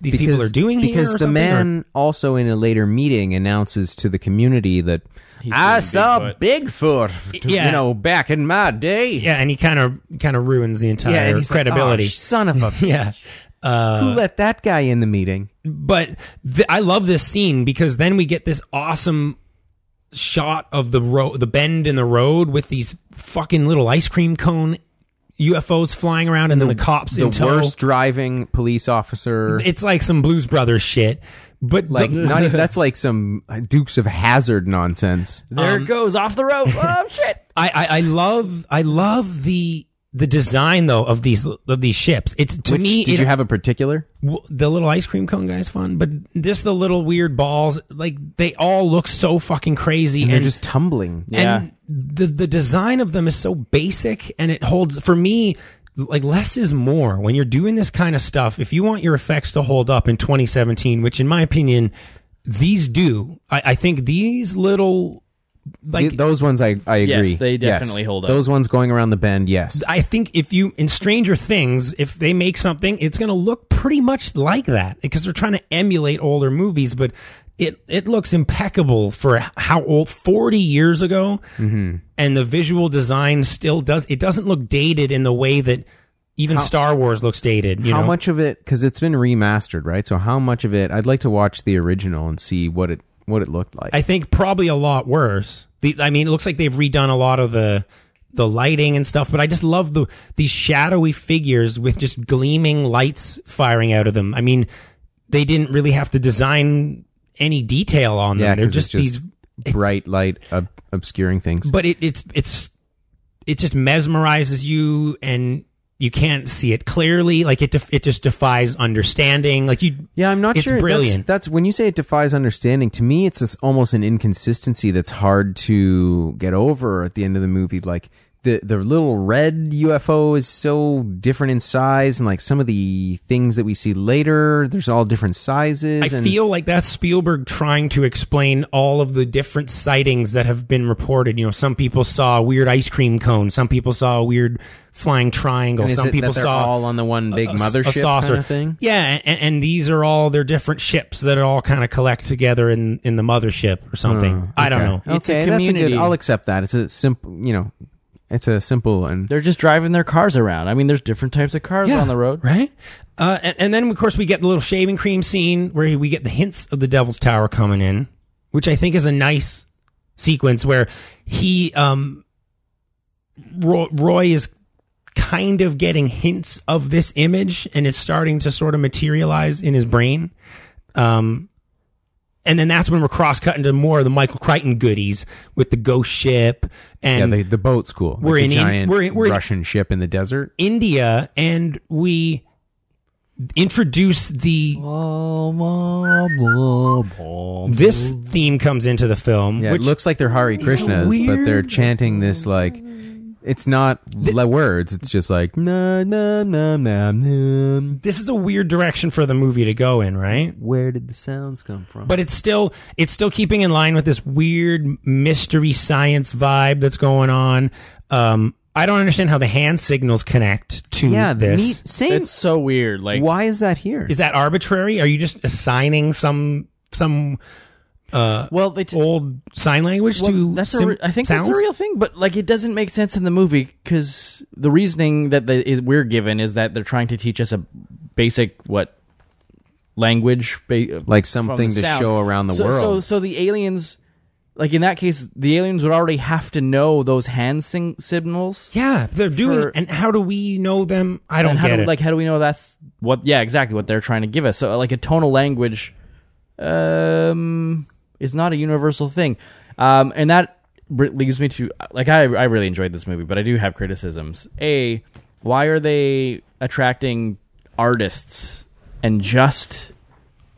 Speaker 8: these people are doing here. or
Speaker 9: because the
Speaker 8: something, or-
Speaker 9: man also in a later meeting announces to the community that I
Speaker 10: seen
Speaker 9: saw
Speaker 10: Bigfoot."
Speaker 9: Bigfoot, t-
Speaker 8: Yeah.
Speaker 9: you know, back in my day.
Speaker 8: yeah, and he kind of kind of ruins the entire
Speaker 9: and he's like,
Speaker 8: "Oh, credibility.
Speaker 9: "Oh, son of a
Speaker 8: yeah. Uh,
Speaker 9: Who let that guy in the meeting?
Speaker 8: but th- I love this scene because then we get this awesome shot of the road, the bend in the road with these fucking little ice cream cone UFOs flying around, and then the cops
Speaker 9: The
Speaker 8: in tow.
Speaker 9: worst driving police officer.
Speaker 8: It's like some Blues Brothers shit, but
Speaker 9: like
Speaker 8: the-
Speaker 9: not even, that's like some Dukes of Hazard nonsense.
Speaker 10: There it goes off the road. Oh shit!
Speaker 8: I, I, I love I love the the design though of these of these ships. It's to
Speaker 9: Which,
Speaker 8: me
Speaker 9: did
Speaker 8: it-
Speaker 9: you have a particular?
Speaker 8: w- the little ice cream cone guy's fun, but just the little weird balls like they all look so fucking crazy
Speaker 9: And they're just tumbling.
Speaker 8: and the the design of them is so basic and it holds for me like less is more when you're doing this kind of stuff if you want your effects to hold up in 2017 which in my opinion these do i, I think these little like
Speaker 9: Th- those ones I, I
Speaker 10: Yes,
Speaker 9: agree.
Speaker 10: they definitely hold up.
Speaker 9: Those ones going around the bend, yes.
Speaker 8: I think if you in Stranger Things, if they make something, it's going to look pretty much like that because they're trying to emulate older movies, but it it looks impeccable for how old 40 years ago
Speaker 9: Mm-hmm.
Speaker 8: and the visual design still does it doesn't look dated in the way that even Star Wars looks dated, you
Speaker 9: how
Speaker 8: know.
Speaker 9: much of it because it's been remastered, right? So how much of it I'd like to watch the original and see what it what it looked like.
Speaker 8: I think probably a lot worse. The, I mean, it looks like they've redone a lot of the the lighting and stuff, but I just love the these shadowy figures with just gleaming lights firing out of them. I mean, they didn't really have to design any detail on them.
Speaker 9: yeah,
Speaker 8: They're
Speaker 9: 'cause
Speaker 8: just,
Speaker 9: it's just
Speaker 8: these
Speaker 9: bright light ob- obscuring things.
Speaker 8: but it, it's it's it just mesmerizes you and you can't see it clearly. Like it def- it just defies understanding. Like you
Speaker 9: yeah, I'm not
Speaker 8: it's
Speaker 9: sure. that's-
Speaker 8: brilliant.
Speaker 9: That's, when you say it defies understanding. To me, it's this, almost an inconsistency that's hard to get over at the end of the movie. Like the the little red UFO is so different in size, and like some of the things that we see later, there's all different sizes.
Speaker 8: I
Speaker 9: and
Speaker 8: feel like that's Spielberg trying to explain all of the different sightings that have been reported. You know, some people saw a weird ice cream cone, some people saw a weird flying triangle,
Speaker 9: And is
Speaker 8: some
Speaker 9: it that
Speaker 8: people
Speaker 9: they're
Speaker 8: saw
Speaker 9: all on the one big
Speaker 8: a-
Speaker 9: mothership
Speaker 8: a saucer
Speaker 9: kind of thing.
Speaker 8: Yeah, and, and these are all their different ships that all kind of collect together in in the mothership or something. I don't know.
Speaker 10: Yeah. It's a
Speaker 9: Hmm, Okay, that's a good.
Speaker 10: community.
Speaker 9: I'll accept that. It's a simple, you know, it's a simple and
Speaker 10: They're just driving their cars around. I mean, there's different types of cars on the road.
Speaker 8: right? Uh, and, and then of course we get the little shaving cream scene where we get the hints of the Devil's Tower coming in, which I think is a nice sequence where he, um, Roy, Roy is kind of getting hints of this image, and it's starting to sort of materialize in his brain. Um, and then that's when we're cross cutting to more of the Michael Crichton goodies with the ghost ship
Speaker 9: yeah,
Speaker 8: and
Speaker 9: the the boat's cool.
Speaker 8: We're
Speaker 9: like
Speaker 8: in-
Speaker 9: a giant
Speaker 8: we're in- we're in-
Speaker 9: Russian ship in the desert.
Speaker 8: India, and we introduce the this theme comes into the film,
Speaker 9: Yeah,
Speaker 8: which
Speaker 9: it looks like they're Hari Krishnas, but they're chanting this like it's not the, words. It's just like na na na na na.
Speaker 8: this is a weird direction for the movie to go in, right?
Speaker 9: Where did the sounds come from?
Speaker 8: But it's still it's still keeping in line with this weird mystery science vibe that's going on. Um, I don't understand how the hand signals connect to
Speaker 9: yeah, the
Speaker 8: this.
Speaker 9: neat- same.
Speaker 10: It's so weird. Like
Speaker 9: why is that here?
Speaker 8: Is that arbitrary? Are you just assigning some some
Speaker 10: Well, they t-
Speaker 8: old sign language
Speaker 10: well,
Speaker 8: to
Speaker 10: that's a
Speaker 8: sim-
Speaker 10: re- I think
Speaker 8: sounds?
Speaker 10: that's a real thing, but like it doesn't make sense in the movie because the reasoning that the, is, we're given is that they're trying to teach us a basic what language, ba-
Speaker 9: like
Speaker 10: from the
Speaker 9: something to
Speaker 10: sound.
Speaker 9: show around the
Speaker 10: so, So,
Speaker 9: world.
Speaker 10: so the aliens, like in that case, the aliens would already have to know those hand sing- signals.
Speaker 8: Yeah, they're doing.
Speaker 10: For-
Speaker 8: and how do we know them? I don't
Speaker 10: and how
Speaker 8: get
Speaker 10: do,
Speaker 8: it.
Speaker 10: Like, how do we know that's what? Yeah, exactly what they're trying to give us. So, like a tonal language, um, is not a universal thing, um, and that br- leads me to like I I really enjoyed this movie, but I do have criticisms. A, why are they attracting artists and just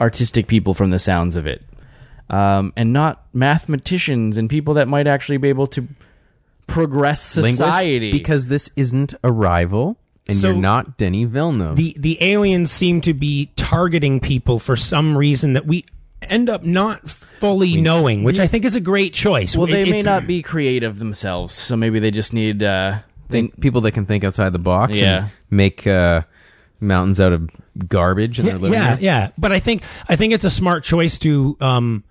Speaker 10: artistic people from the sounds of it, um, and not mathematicians and people that might actually be able to progress
Speaker 9: Linguist,
Speaker 10: society
Speaker 9: because this isn't a rival, and
Speaker 8: So-
Speaker 9: you're not Denny
Speaker 10: Um,
Speaker 9: Villeneuve.
Speaker 8: the the aliens seem to be targeting people for some reason that we end up not fully knowing, which I think is a great choice.
Speaker 10: Well,
Speaker 8: It-
Speaker 10: they may
Speaker 8: it's-
Speaker 10: not be creative themselves, so maybe they just need. Uh,
Speaker 9: think people that can think outside the box
Speaker 10: Yeah.
Speaker 9: and make uh, mountains out of garbage and they're living
Speaker 8: yeah,
Speaker 9: there.
Speaker 8: yeah. But I think I think it's a smart choice to um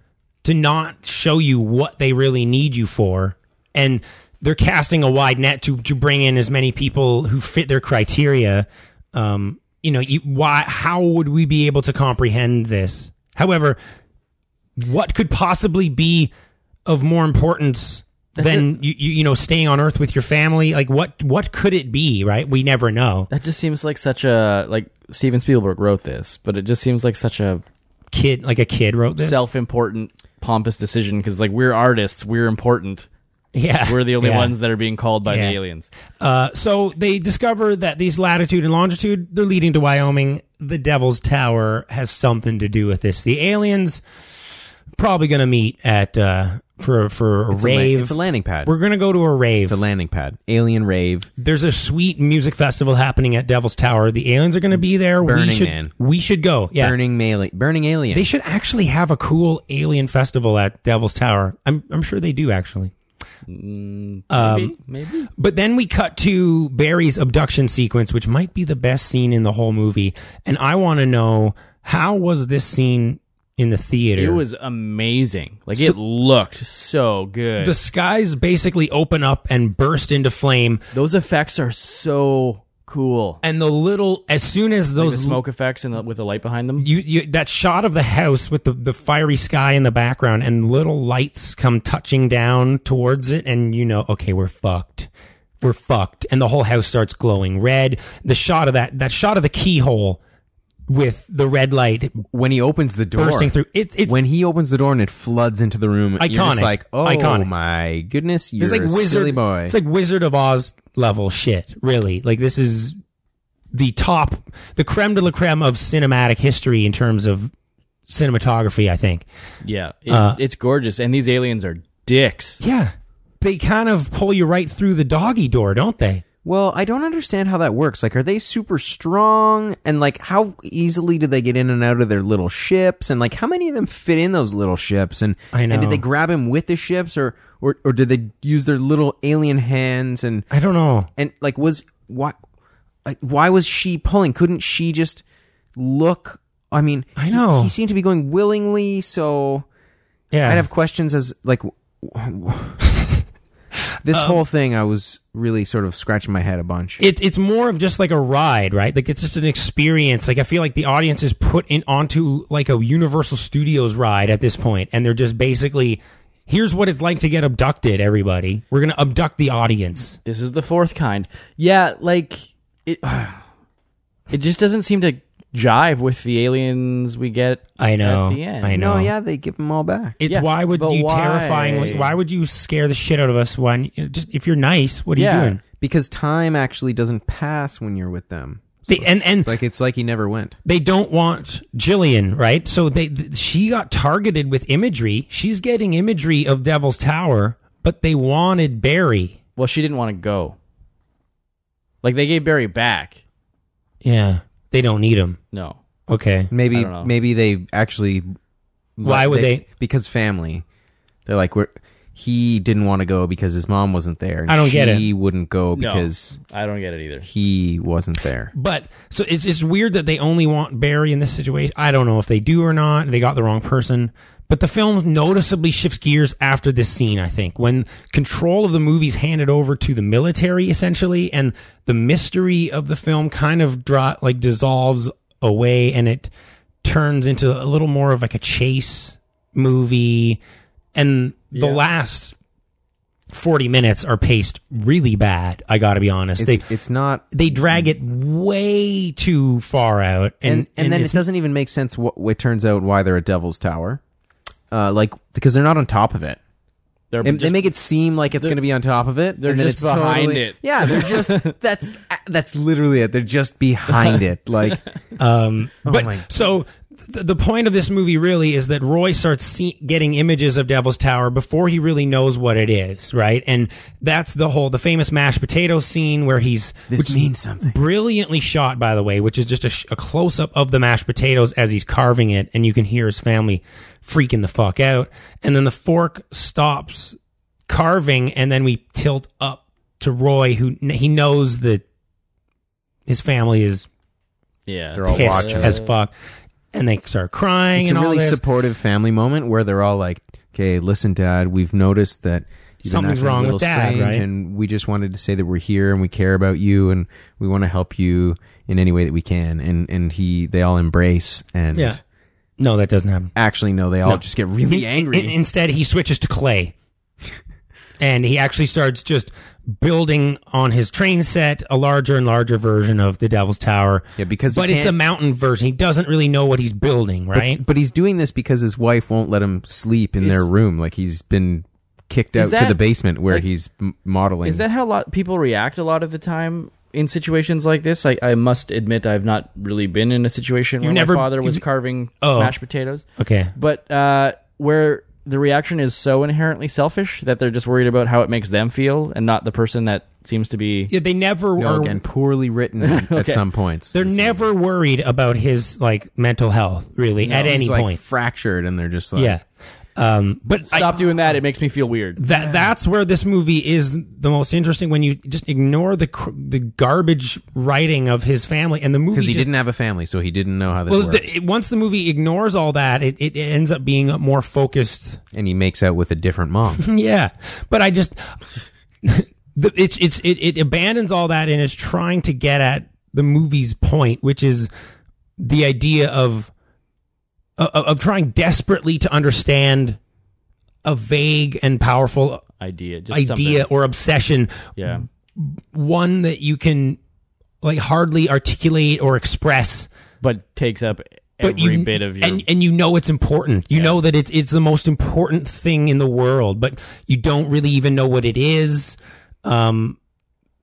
Speaker 8: to not show you what they really need you for, and they're casting a wide net to to bring in as many people who fit their criteria. Um, you know, you, why? How would we be able to comprehend this? However, what could possibly be of more importance
Speaker 10: That's
Speaker 8: than you, you, you know staying on Earth with your family? Like, what what could it be? Right? We never know.
Speaker 10: That just seems like such a like Steven Spielberg wrote this, but it just seems like such a
Speaker 8: Kid, like a kid wrote this.
Speaker 10: self-important pompous decision because like we're artists, we're important.
Speaker 8: Yeah,
Speaker 10: We're the only
Speaker 8: yeah.
Speaker 10: ones that are being called by
Speaker 8: Yeah.
Speaker 10: the aliens.
Speaker 8: Uh, so they discover that these latitude and longitude they're leading to Wyoming. The Devil's Tower has something to do with this. The aliens probably going to meet at uh, for for a
Speaker 9: It's a la-
Speaker 8: rave.
Speaker 9: it's a landing pad.
Speaker 8: We're going to go to a rave.
Speaker 9: It's a landing pad. Alien rave.
Speaker 8: There's a sweet music festival happening at Devil's Tower. The aliens are going to be there. we
Speaker 9: Burning
Speaker 8: should
Speaker 9: Man.
Speaker 8: we should go. Yeah.
Speaker 9: Burning mali- Burning alien.
Speaker 8: They should actually have a cool alien festival at Devil's Tower. I'm I'm sure they do actually. Um,
Speaker 10: Maybe, maybe.
Speaker 8: But then we cut to Barry's abduction sequence, which might be the best scene in the whole movie. And I want to know how was this scene in the theater?
Speaker 10: It was amazing. Like it looked so good.
Speaker 8: the skies basically open up and burst into flame,
Speaker 10: Those effects are so cool.
Speaker 8: and the little as soon as
Speaker 10: Like
Speaker 8: those
Speaker 10: the smoke effects and the, with the light behind them.
Speaker 8: you, you that shot of the house with the, the fiery sky in the background and little lights come touching down towards it and you know okay we're fucked we're fucked and the whole house starts glowing red the shot of that that shot of the keyhole with the red light
Speaker 9: when he opens the door,
Speaker 8: bursting through it, it's
Speaker 9: when he opens the door and it floods into the room, you're
Speaker 8: Iconic.
Speaker 9: just like, oh
Speaker 8: Iconic.
Speaker 9: my goodness, you're
Speaker 8: it's like
Speaker 9: a
Speaker 8: wizard
Speaker 9: silly boy.
Speaker 8: it's like wizard of oz level shit really like this is the top the creme de la creme of cinematic history in terms of cinematography i think
Speaker 10: Yeah, it,
Speaker 8: Uh,
Speaker 10: it's gorgeous, and these aliens are dicks.
Speaker 8: Yeah. They kind of pull you right through the doggy door, don't they?
Speaker 9: well, I don't understand how that works. Like, are they super strong? And like, how easily do they get in and out of their little ships? And like, how many of them fit in those little ships? And
Speaker 8: I
Speaker 9: And
Speaker 8: know.
Speaker 9: did they grab him with the ships, or or or did they use their little alien hands? And
Speaker 8: I don't know.
Speaker 9: and like, was why like, why was she pulling? Couldn't she just look? I mean,
Speaker 8: I
Speaker 9: he-
Speaker 8: know.
Speaker 9: he seemed to be going willingly, so.
Speaker 8: Yeah.
Speaker 9: I'd have questions as like w- w- this
Speaker 8: Um,
Speaker 9: whole thing. I was really sort of scratching my head a bunch.
Speaker 8: it, it's more of just like a ride, right? Like it's just an experience. Like I feel like the audience is put in onto like a Universal Studios ride at this point, and they're just basically, here's what it's like to get abducted. Everybody, we're gonna abduct the audience.
Speaker 10: This is the fourth kind. Yeah, like it. it just doesn't seem to jive with the aliens we get.
Speaker 8: I know.
Speaker 10: At the end.
Speaker 8: I know.
Speaker 9: no, yeah, they give them all back.
Speaker 8: It's
Speaker 10: Yeah,
Speaker 8: why would
Speaker 10: but
Speaker 8: you
Speaker 10: why?
Speaker 8: terrifyingly? Why would you scare the shit out of us when just if you're nice? What are
Speaker 10: Yeah.
Speaker 8: you doing?
Speaker 9: because time actually doesn't pass when you're with them.
Speaker 8: They, and and
Speaker 9: It's like it's like he never went.
Speaker 8: they don't want Jillian, right? So they th- she got targeted with imagery. She's getting imagery of Devil's Tower, but they wanted Barry.
Speaker 10: Well, she didn't want to go. Like they gave Barry back.
Speaker 8: Yeah, they don't need him.
Speaker 10: No.
Speaker 8: Okay,
Speaker 9: Maybe
Speaker 10: don't know.
Speaker 9: maybe they actually.
Speaker 8: Why would they-
Speaker 9: Because family. They're like we're. He didn't want to go because his mom wasn't there. and
Speaker 8: I don't get it.
Speaker 9: She wouldn't go
Speaker 10: No.
Speaker 9: because
Speaker 10: I don't get it either.
Speaker 9: he wasn't there.
Speaker 8: but so it's it's weird that they only want Barry in this situation. I don't know if they do or not. They got the wrong person. But the film noticeably shifts gears after this scene, I think, when control of the movie's handed over to the military essentially, and the mystery of the film kind of draw like dissolves away, and it turns into a little more of like a chase movie and the last 40 minutes are paced really bad i gotta be honest
Speaker 9: It's, it's not
Speaker 8: they drag it way too far out, and
Speaker 9: Hmm. and and, then it
Speaker 8: it's-
Speaker 9: doesn't even make sense what it turns out why they're at Devil's Tower, uh, like because they're not on top of it.
Speaker 10: They're
Speaker 9: They,
Speaker 10: just,
Speaker 9: they make it seem like it's
Speaker 10: they're-
Speaker 9: going to be on top of it.
Speaker 10: they're
Speaker 9: and then
Speaker 10: just
Speaker 9: it's
Speaker 10: behind
Speaker 9: totally-
Speaker 10: it.
Speaker 9: Yeah, they're just that's that's literally it. They're just behind it. Like oh
Speaker 8: Um, but
Speaker 9: my-
Speaker 8: so th- the point of this movie really is that Roy starts see- getting images of Devil's Tower before he really knows what it is, right? And that's the whole the famous mashed potato scene where he's
Speaker 9: This
Speaker 8: which is
Speaker 9: means something.
Speaker 8: Brilliantly shot, by the way, which is just a, sh- a close up of the mashed potatoes as he's carving it, and you can hear his family freaking the fuck out. And then the fork stops carving, and then we tilt up to Roy, who kn- he knows that his family is
Speaker 10: yeah.
Speaker 9: They're all
Speaker 8: pissed
Speaker 9: watching.
Speaker 8: as fuck, and they start crying
Speaker 9: it's a
Speaker 8: and all
Speaker 9: really
Speaker 8: this.
Speaker 9: supportive family moment where they're all like, "Okay, listen, Dad, we've noticed that." you've been
Speaker 8: Something's
Speaker 9: acting a
Speaker 8: wrong with
Speaker 9: little
Speaker 8: Dad,
Speaker 9: strange,
Speaker 8: right?"
Speaker 9: And we just wanted to say that we're here and we care about you and we want to help you in any way that we can, and and he they all embrace and
Speaker 8: Yeah. No, that doesn't happen.
Speaker 9: Actually, no, they all
Speaker 8: No.
Speaker 9: just get really
Speaker 8: In-
Speaker 9: angry.
Speaker 8: in- instead, he switches to clay, and he actually starts just building on his train set a larger and larger version of the Devil's Tower.
Speaker 9: yeah, because he
Speaker 8: but it's a
Speaker 9: can't-
Speaker 8: mountain version. He doesn't really know what he's building,
Speaker 9: but-
Speaker 8: right?
Speaker 9: But, he's doing this because his wife won't let him sleep in
Speaker 10: Is-
Speaker 9: their room. Like he's been kicked
Speaker 10: Is
Speaker 9: out to
Speaker 10: that-
Speaker 9: the basement where
Speaker 10: like,
Speaker 9: he's m- modeling.
Speaker 10: Is that how a lot people react a lot of the time in situations like this? I, I must admit, I've not really been in a situation
Speaker 8: You
Speaker 10: where
Speaker 8: never-
Speaker 10: my father was
Speaker 8: you-
Speaker 10: carving
Speaker 8: Oh.
Speaker 10: mashed potatoes,
Speaker 8: okay.
Speaker 10: but uh, where the reaction is so inherently selfish that they're just worried about how it makes them feel and not the person that seems to be.
Speaker 8: Yeah, they never
Speaker 9: no,
Speaker 8: are.
Speaker 9: again, poorly written at
Speaker 10: Okay.
Speaker 9: some points.
Speaker 8: They're
Speaker 9: This
Speaker 8: never worried about his like mental health, really,
Speaker 9: No,
Speaker 8: at
Speaker 9: he's,
Speaker 8: any
Speaker 9: like,
Speaker 8: point.
Speaker 9: fractured, and they're just like,
Speaker 8: Yeah. Um, but I-
Speaker 10: Stop doing that. It makes me feel weird.
Speaker 8: that that's where this movie is the most interesting when you just ignore the cr- the garbage writing of his family and the movie
Speaker 9: because he
Speaker 8: just-
Speaker 9: didn't have a family, so he didn't know how this
Speaker 8: well
Speaker 9: works,
Speaker 8: the, it, once the movie ignores all that it, it ends up being more focused
Speaker 9: and he makes out with a different mom.
Speaker 8: yeah but i just the, it's it's it, it abandons all that and is trying to get at the movie's point which is the idea of of, of trying desperately to understand a vague and powerful
Speaker 10: Idea. Just
Speaker 8: idea
Speaker 10: something.
Speaker 8: or obsession
Speaker 10: Yeah.
Speaker 8: one that you can like hardly articulate or express
Speaker 10: But takes up every
Speaker 8: but you
Speaker 10: bit of your.
Speaker 8: and and you know it's important you know that it's it's the most important thing in the world but you don't really even know what it is um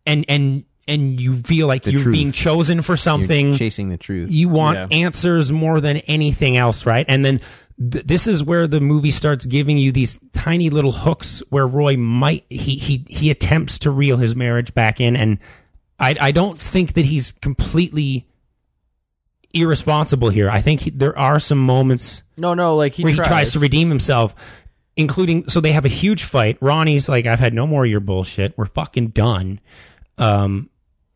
Speaker 8: and and and you feel like
Speaker 9: The
Speaker 8: you're
Speaker 9: truth.
Speaker 8: being chosen for
Speaker 9: You're
Speaker 8: something
Speaker 9: chasing the truth.
Speaker 8: you want
Speaker 10: Yeah.
Speaker 8: answers more than anything else, right? And then th- this is where the movie starts giving you these tiny little hooks where Roy might he he he attempts to reel his marriage back in, and I I don't think that he's completely irresponsible here. I think he, there are some moments
Speaker 10: no, no. Like he
Speaker 8: where
Speaker 10: tries.
Speaker 8: he tries to redeem himself. Including, so they have a huge fight. Ronnie's like, "I've had no more of your bullshit. We're fucking done." Um,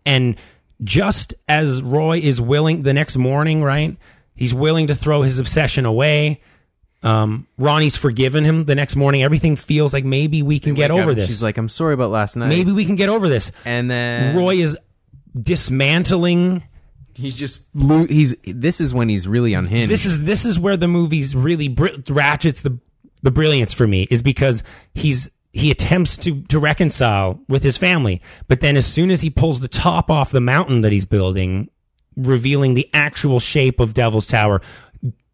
Speaker 8: and just as Roy is willing, the next morning, right, he's willing to throw his obsession away. Um, Ronnie's forgiven him the next morning. Everything feels like maybe we can
Speaker 9: They
Speaker 8: get
Speaker 9: wake
Speaker 8: over
Speaker 9: up,
Speaker 8: this.
Speaker 9: She's like, I'm sorry about last night.
Speaker 8: maybe we can get over this.
Speaker 9: And then
Speaker 8: Roy is dismantling
Speaker 9: he's just lo- he's. This is when he's really unhinged.
Speaker 8: this is this is where the movie's really br- ratchets the the brilliance for me is because he's he attempts to to reconcile with his family, but then as soon as he pulls the top off the mountain that he's building, revealing the actual shape of Devil's Tower,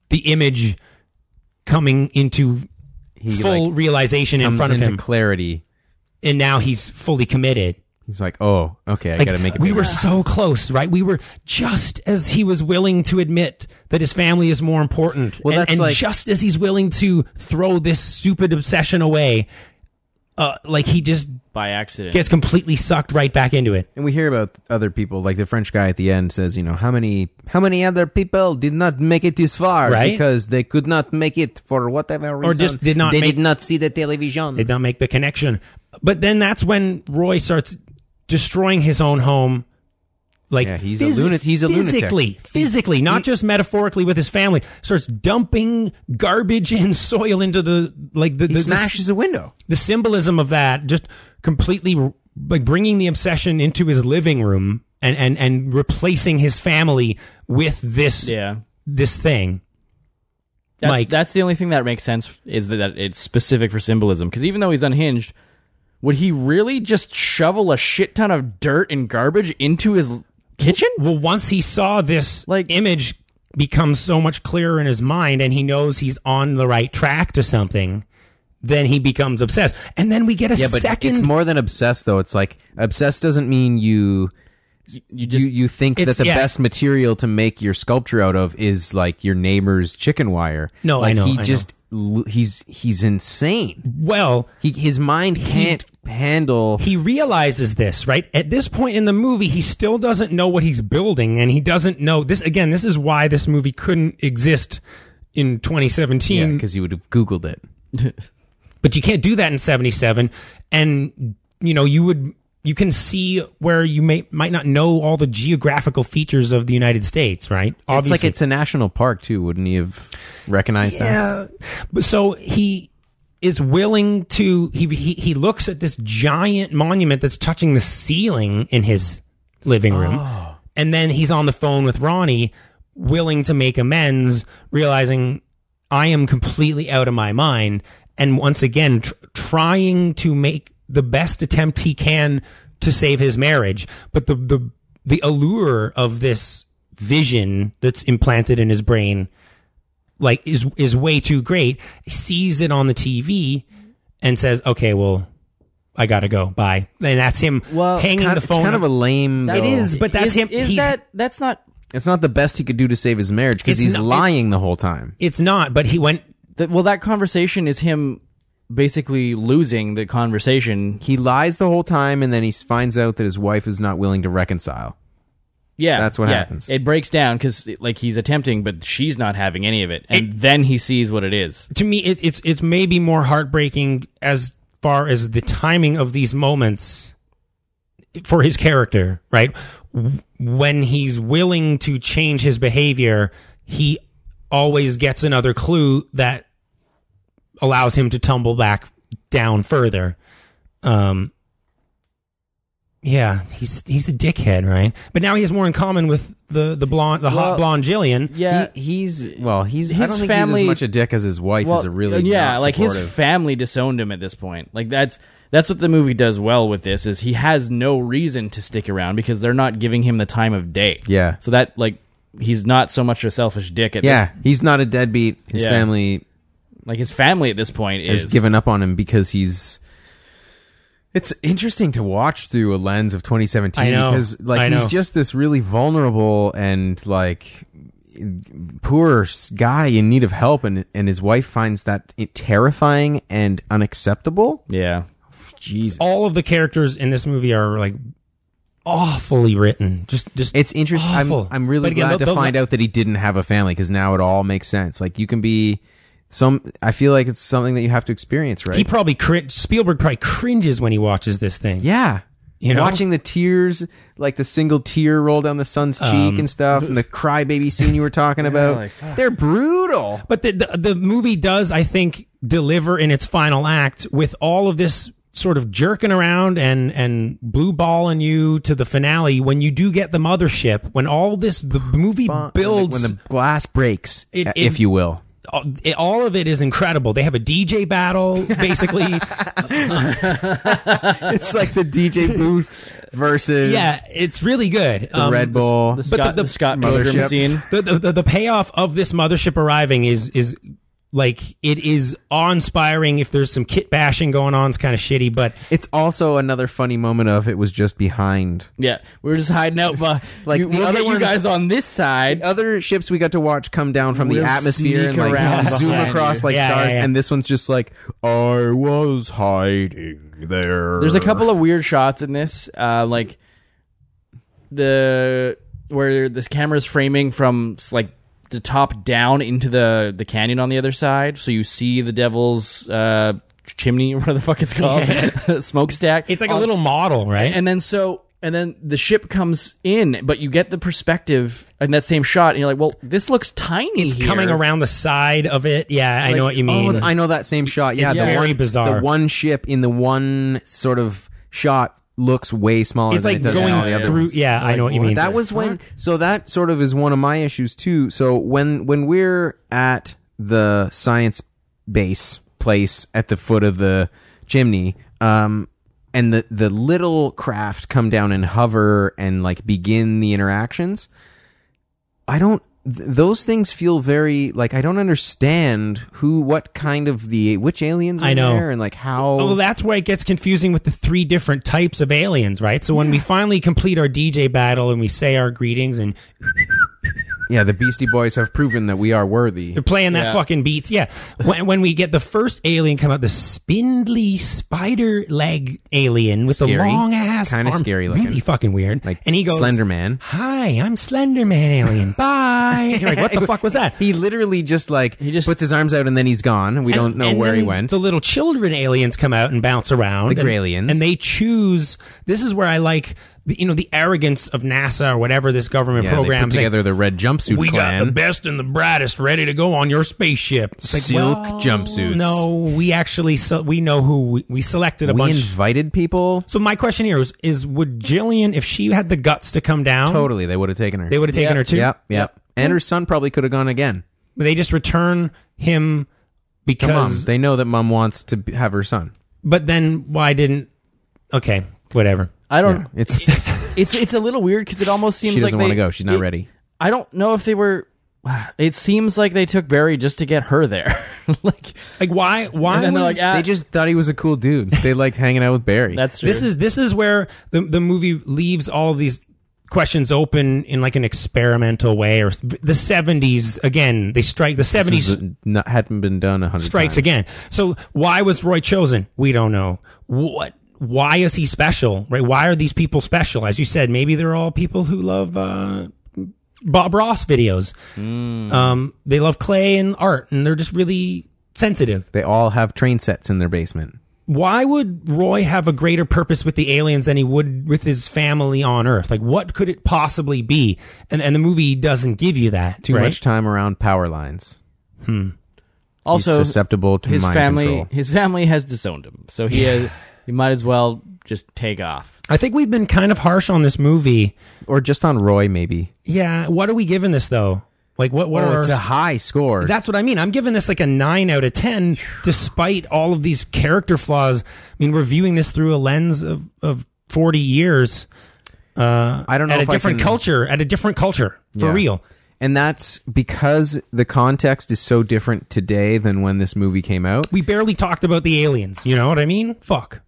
Speaker 8: the image coming into
Speaker 9: he
Speaker 8: full
Speaker 9: like,
Speaker 8: realization in
Speaker 9: comes
Speaker 8: front of
Speaker 9: into
Speaker 8: him,
Speaker 9: clarity.
Speaker 8: and now he's fully committed.
Speaker 9: He's like, oh, okay, I
Speaker 8: Like,
Speaker 9: gotta make it.
Speaker 8: we
Speaker 9: bigger.
Speaker 8: were so close, right? We were just as he was willing to admit that his family is more important.
Speaker 9: Well,
Speaker 8: and,
Speaker 9: that's
Speaker 8: and
Speaker 9: like-
Speaker 8: just as he's willing to throw this stupid obsession away, uh, like he just
Speaker 10: by accident.
Speaker 8: gets completely sucked right back into it.
Speaker 9: And we hear about other people, like the French guy at the end says, you know, how many how many other people did not make it this far
Speaker 8: Right.
Speaker 9: because they could not make it for whatever reason,
Speaker 8: just did not
Speaker 9: They
Speaker 8: make-
Speaker 9: did not see the television.
Speaker 8: They don't make the connection. But then that's when Roy starts destroying his own home. Like
Speaker 9: Yeah, he's a lunat- he's a lunatic.
Speaker 8: physically, physically, not just metaphorically with his family. Starts dumping garbage and soil into the like the,
Speaker 9: he
Speaker 8: the, the
Speaker 9: smashes a window.
Speaker 8: the symbolism of that just completely like bringing the obsession into his living room and and and replacing his family with this
Speaker 10: yeah.
Speaker 8: this thing
Speaker 10: That's,
Speaker 8: Mike.
Speaker 10: that's the only thing that makes sense is that it's specific for symbolism. Because even though he's unhinged, would he really just shovel a shit ton of dirt and garbage into his kitchen?
Speaker 8: well once he saw this
Speaker 10: Like-
Speaker 8: image becomes so much clearer in his mind and he knows he's on the right track to something then he becomes obsessed and then we get a
Speaker 9: Yeah, but
Speaker 8: second
Speaker 9: it's more than obsessed though. It's like obsessed doesn't mean you
Speaker 10: You just
Speaker 9: you, you think that
Speaker 8: It's-
Speaker 9: the
Speaker 8: yeah.
Speaker 9: best material to make your sculpture out of is like your neighbor's chicken wire.
Speaker 8: No, I
Speaker 9: like,
Speaker 8: know, I
Speaker 9: He
Speaker 8: know.
Speaker 9: just l- he's he's insane.
Speaker 8: well
Speaker 9: He his mind can't handle.
Speaker 8: he realizes this right at this point in the movie he still doesn't know what he's building and he doesn't know this again this is why this movie couldn't exist in 2017
Speaker 9: because he would have googled it.
Speaker 8: but you can't do that in 77 and you know you would you can see where you may might not know all the geographical features of the united states right
Speaker 9: It's like it's a national park too. Wouldn't he have recognized that?
Speaker 8: Yeah. But so he is willing to he, he he looks at this giant monument that's touching the ceiling in his living room And then he's on the phone with Ronnie, willing to make amends, realizing I am completely out of my mind. And once again, tr- trying to make the best attempt he can to save his marriage. But the, the, the allure of this vision that's implanted in his brain like is is way too great sees it on the TV and says okay well I gotta go bye and that's him
Speaker 9: Well,
Speaker 8: hanging
Speaker 9: kind-
Speaker 8: the
Speaker 9: it's
Speaker 8: phone
Speaker 9: kind of a lame,
Speaker 8: it
Speaker 9: though.
Speaker 8: is but that's
Speaker 10: Is-
Speaker 8: him
Speaker 10: Is
Speaker 8: he's,
Speaker 10: that that's not
Speaker 9: It's not the best he could do to save his marriage because
Speaker 8: It's
Speaker 9: he's
Speaker 8: not- it-
Speaker 9: lying the whole time.
Speaker 8: it's not but he went
Speaker 10: that, well? That conversation is him basically losing the conversation.
Speaker 9: He lies the whole time, and then he finds out that his wife is not willing to reconcile.
Speaker 10: Yeah,
Speaker 9: That's what
Speaker 10: yeah.
Speaker 9: happens.
Speaker 10: It breaks down because like he's attempting, but she's not having any of it, and then he sees what it is.
Speaker 8: to me it, it's it's maybe more heartbreaking as far as the timing of these moments for his character right W- when he's willing to change his behavior he always gets another clue that allows him to tumble back down further um yeah he's he's a dickhead right but now he has more in common with the the blonde the hot
Speaker 10: Well,
Speaker 8: blonde Jillian
Speaker 10: Yeah,
Speaker 9: he, he's well, he's I
Speaker 10: His
Speaker 9: don't think
Speaker 10: family-
Speaker 9: he's as much a dick as his wife is. A really
Speaker 10: yeah,
Speaker 9: not
Speaker 10: like his
Speaker 9: supportive.
Speaker 10: family disowned him at this point. Like that's that's what the movie does well with this is he has no reason to stick around because they're not giving him the time of day.
Speaker 9: Yeah.
Speaker 10: so that like he's not so much a selfish dick at
Speaker 9: yeah,
Speaker 10: this,
Speaker 9: he's not a deadbeat. His
Speaker 10: Yeah.
Speaker 9: family
Speaker 10: like his family at this point is
Speaker 9: has given up on him because he's. It's interesting to watch through a lens of 2017
Speaker 8: I know.
Speaker 9: because like
Speaker 8: I
Speaker 9: he's
Speaker 8: know.
Speaker 9: just this really vulnerable and like poor s- guy in need of help and and his wife finds that i- terrifying and unacceptable.
Speaker 10: yeah.
Speaker 9: Jesus.
Speaker 8: all of the characters in this movie are like awfully written. Just just
Speaker 9: it's interesting. I'm,
Speaker 8: awful.
Speaker 9: I'm really
Speaker 8: But again,
Speaker 9: glad
Speaker 8: the-
Speaker 9: to
Speaker 8: the-
Speaker 9: find out that he didn't have a family because now it all makes sense. Like you can be some. I feel like it's something that you have to experience, right?
Speaker 8: He probably cringe, Spielberg probably cringes when he watches this thing.
Speaker 9: Yeah.
Speaker 8: You know?
Speaker 9: Watching the tears, like the single tear roll down the son's cheek and stuff, and the crybaby scene you were talking about.
Speaker 10: Um, like,
Speaker 9: they're brutal.
Speaker 8: But the, the the movie does, I think, deliver in its final act with all of this sort of jerking around and and blue balling you to the finale when you do get the mothership when all this the movie builds
Speaker 9: when the glass breaks,
Speaker 8: It-
Speaker 9: uh,
Speaker 8: it-
Speaker 9: if you will.
Speaker 8: all- it- all of it is incredible they have a dj battle basically
Speaker 9: it's like the DJ booth versus
Speaker 8: yeah it's really good Um,
Speaker 9: the Red Bull.
Speaker 10: um, The Scott,
Speaker 8: the-
Speaker 10: the, Scott Pilgrim
Speaker 9: Mothership.
Speaker 10: scene.
Speaker 8: the, the, the, the payoff of this mothership arriving is is like it is awe-inspiring if there's some kit bashing going on it's kind of shitty but
Speaker 9: it's also another funny moment of it was just behind.
Speaker 10: Yeah, we we're just hiding out. But
Speaker 9: Like,
Speaker 10: like you,
Speaker 9: the
Speaker 10: we'll
Speaker 9: other
Speaker 10: get you
Speaker 9: ones-
Speaker 10: guys on this side.
Speaker 9: Other ships we got to watch come down from
Speaker 10: We'll
Speaker 9: the atmosphere and
Speaker 10: sneak
Speaker 9: like
Speaker 10: around
Speaker 9: zoom
Speaker 10: behind
Speaker 9: across
Speaker 10: you.
Speaker 9: like
Speaker 8: Yeah, yeah,
Speaker 9: stars,
Speaker 8: yeah.
Speaker 9: and this one's just like I was hiding there.
Speaker 10: There's a couple of weird shots in this, uh, like the where this camera's framing from s- like the top down into the the canyon on the other side, so you see the devil's uh, chimney, or whatever the fuck it's called, smokestack.
Speaker 8: it's like a
Speaker 10: On-
Speaker 8: little model right
Speaker 10: and then so. And then the ship comes in, but you get the perspective in that same shot, and you're like, "Well, this looks tiny."
Speaker 8: it's coming around the side of it yeah i know what you mean
Speaker 9: Oh, I know that same shot. Yeah,
Speaker 8: It's
Speaker 9: the
Speaker 8: very
Speaker 9: one,
Speaker 8: bizarre.
Speaker 9: The one ship in the one sort of shot looks way smaller.
Speaker 8: it's
Speaker 9: than
Speaker 8: like
Speaker 9: it does in all the
Speaker 8: going
Speaker 9: other
Speaker 8: through
Speaker 9: ones.
Speaker 8: yeah i know what you mean
Speaker 9: That was when. So that sort of is one of my issues too. So when when we're at the science base place at the foot of the chimney, um, and the the little craft come down and hover and like begin the interactions. I don't. Th- those things feel very like I don't understand who, what kind of the which aliens are
Speaker 8: I know.
Speaker 9: there and like how.
Speaker 8: Oh, well, that's where it gets confusing with the three different types of aliens, right? So when we finally complete our DJ battle and we say our greetings and
Speaker 9: yeah, the Beastie Boys have proven that we are worthy.
Speaker 8: They're playing that fucking beats. Yeah. When, when we get the first alien come out, the spindly spider leg alien with the
Speaker 9: Scary.
Speaker 8: long ass,
Speaker 9: Kinda
Speaker 8: arm,
Speaker 9: scary looking.
Speaker 8: really fucking weird.
Speaker 9: Like
Speaker 8: and he goes,
Speaker 9: Slender Man.
Speaker 8: Hi, I'm Slender Man alien. Bye. And you're like, what the fuck was that?
Speaker 9: He literally just like he
Speaker 10: just-
Speaker 9: puts his arms out and then he's gone. We don't
Speaker 8: And-
Speaker 9: know
Speaker 8: and
Speaker 9: where he
Speaker 8: then
Speaker 9: went.
Speaker 8: The little children aliens come out and bounce around.
Speaker 9: The
Speaker 8: and-
Speaker 9: Grailians.
Speaker 8: And they choose. This is where I like the, you know the arrogance of NASA or whatever this government
Speaker 9: Yeah, they
Speaker 8: program
Speaker 9: put together the red jumpsuit
Speaker 8: we
Speaker 9: clan.
Speaker 8: got the best and the brightest ready to go on your spaceship. It's like,
Speaker 9: Silk
Speaker 8: well,
Speaker 9: jumpsuits.
Speaker 8: No, we actually se- we know who we, we selected a
Speaker 9: we
Speaker 8: bunch.
Speaker 9: invited people.
Speaker 8: so my question here is: Is would Jillian, if she had the guts to come down,
Speaker 9: Totally, they would have taken her.
Speaker 8: they would have taken
Speaker 10: Yep.
Speaker 8: her too?
Speaker 9: Yep, yep. And her son probably could have gone again.
Speaker 8: But they just return him
Speaker 9: To mom,
Speaker 8: because.
Speaker 9: they know that mom wants to be- have her son.
Speaker 8: but then why didn't? Okay, whatever.
Speaker 10: I don't.
Speaker 9: Yeah, it's
Speaker 10: It's it's a little weird because it almost seems
Speaker 9: she doesn't
Speaker 10: like
Speaker 9: want to
Speaker 10: they-
Speaker 9: go. She's not
Speaker 10: it-
Speaker 9: ready.
Speaker 10: I don't know if they were. It seems like they took Barry just to get her there. like
Speaker 8: Like why? Why
Speaker 10: And then they're
Speaker 8: was
Speaker 10: like, ah,
Speaker 9: they just thought he was a cool dude. They liked hanging out with Barry.
Speaker 10: that's true.
Speaker 8: This is this is where the the movie leaves all of these questions open in like an experimental way or the 70s again they strike the 70s
Speaker 9: This was not, hadn't been done a hundred
Speaker 8: strikes
Speaker 9: times.
Speaker 8: again so why was roy chosen we don't know what why is he special right why are these people special as you said maybe they're all people who love uh bob ross videos
Speaker 10: Hmm.
Speaker 8: um they love clay and art and they're just really sensitive
Speaker 9: They all have train sets in their basement.
Speaker 8: why would Roy have a greater purpose with the aliens than he would with his family on Earth? Like, what could it possibly be? And and the movie doesn't give you that.
Speaker 9: Too
Speaker 8: right?
Speaker 9: much time around power lines.
Speaker 10: also
Speaker 9: He's susceptible to
Speaker 10: his
Speaker 9: mind
Speaker 10: family.
Speaker 9: control.
Speaker 10: His family has disowned him, so he has, he might as well just take off.
Speaker 8: I think we've been kind of harsh on this movie.
Speaker 9: or just on Roy, maybe.
Speaker 8: Yeah. What are we giving this though? Like, what what
Speaker 9: Oh,
Speaker 8: are
Speaker 9: it's a high score.
Speaker 8: That's what I mean. I'm giving this like a nine out of ten, despite all of these character flaws. I mean, we're viewing this through a lens of of 40 years
Speaker 9: I don't know
Speaker 8: at a
Speaker 9: if I
Speaker 8: different
Speaker 9: can-
Speaker 8: culture, at a different culture for
Speaker 9: Yeah.
Speaker 8: real.
Speaker 9: and that's because the context is so different today than when this movie came out.
Speaker 8: We barely talked about the aliens. You know what I mean? Fuck.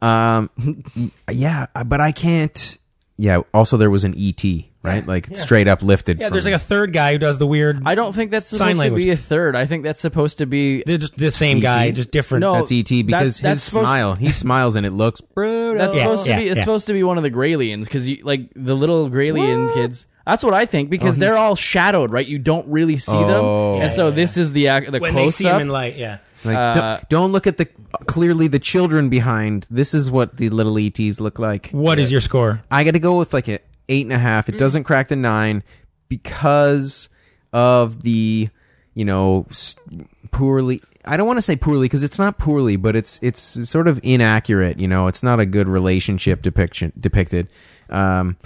Speaker 9: Um, yeah, but I can't. Yeah. Also, there was an ET, right? Like straight up lifted.
Speaker 8: Yeah, there's like a third guy who does the weird.
Speaker 10: I don't think that's
Speaker 8: Sign
Speaker 10: supposed to
Speaker 8: language.
Speaker 10: be a third. I think that's supposed to be
Speaker 8: They're just the same guy, just different.
Speaker 10: No,
Speaker 9: E that's ET because
Speaker 10: that's- that's
Speaker 9: his
Speaker 10: supposed-
Speaker 9: smile. He smiles and it looks brutal.
Speaker 10: That's
Speaker 8: Yeah,
Speaker 10: supposed
Speaker 8: yeah,
Speaker 10: to be. It's
Speaker 8: yeah.
Speaker 10: supposed to be one of the Graylings because you like the little Graylin kids. That's what I think because they're all shadowed, right? You don't really see
Speaker 9: Oh.
Speaker 10: them, and so this is the ac- the
Speaker 8: when they
Speaker 10: close
Speaker 8: see him in
Speaker 10: up.
Speaker 8: light, yeah.
Speaker 9: Like, don't, don't look at the clearly the children behind. This is what the little ETs look like.
Speaker 8: What is your score?
Speaker 9: I got to go with like an eight and a half. It doesn't crack the nine because of the you know s- poorly. I don't want to say poorly because it's not poorly, but it's it's sort of inaccurate. You know, it's not a good relationship depiction depicted. Um,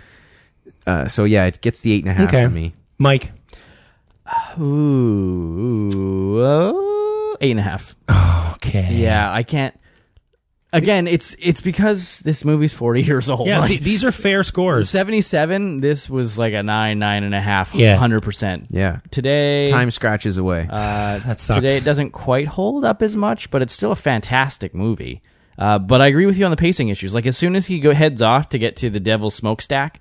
Speaker 9: uh, so yeah, it gets the eight and a half
Speaker 8: Okay,
Speaker 9: from me.
Speaker 8: Mike.
Speaker 10: Ooh, uh, eight and a half.
Speaker 8: Okay.
Speaker 10: Yeah, I can't. Again, it's it's because this movie's forty years old.
Speaker 8: Yeah,
Speaker 10: Like,
Speaker 8: th- these are fair scores.
Speaker 10: seventy seven. This was like a nine, nine and a half,
Speaker 8: Yeah.
Speaker 10: hundred percent.
Speaker 9: Yeah,
Speaker 10: Today,
Speaker 9: time scratches away.
Speaker 8: That sucks.
Speaker 10: Today it doesn't quite hold up as much, but it's still a fantastic movie. Uh, but I agree with you on the pacing issues. Like as soon as he go heads off to get to the devil's smokestack,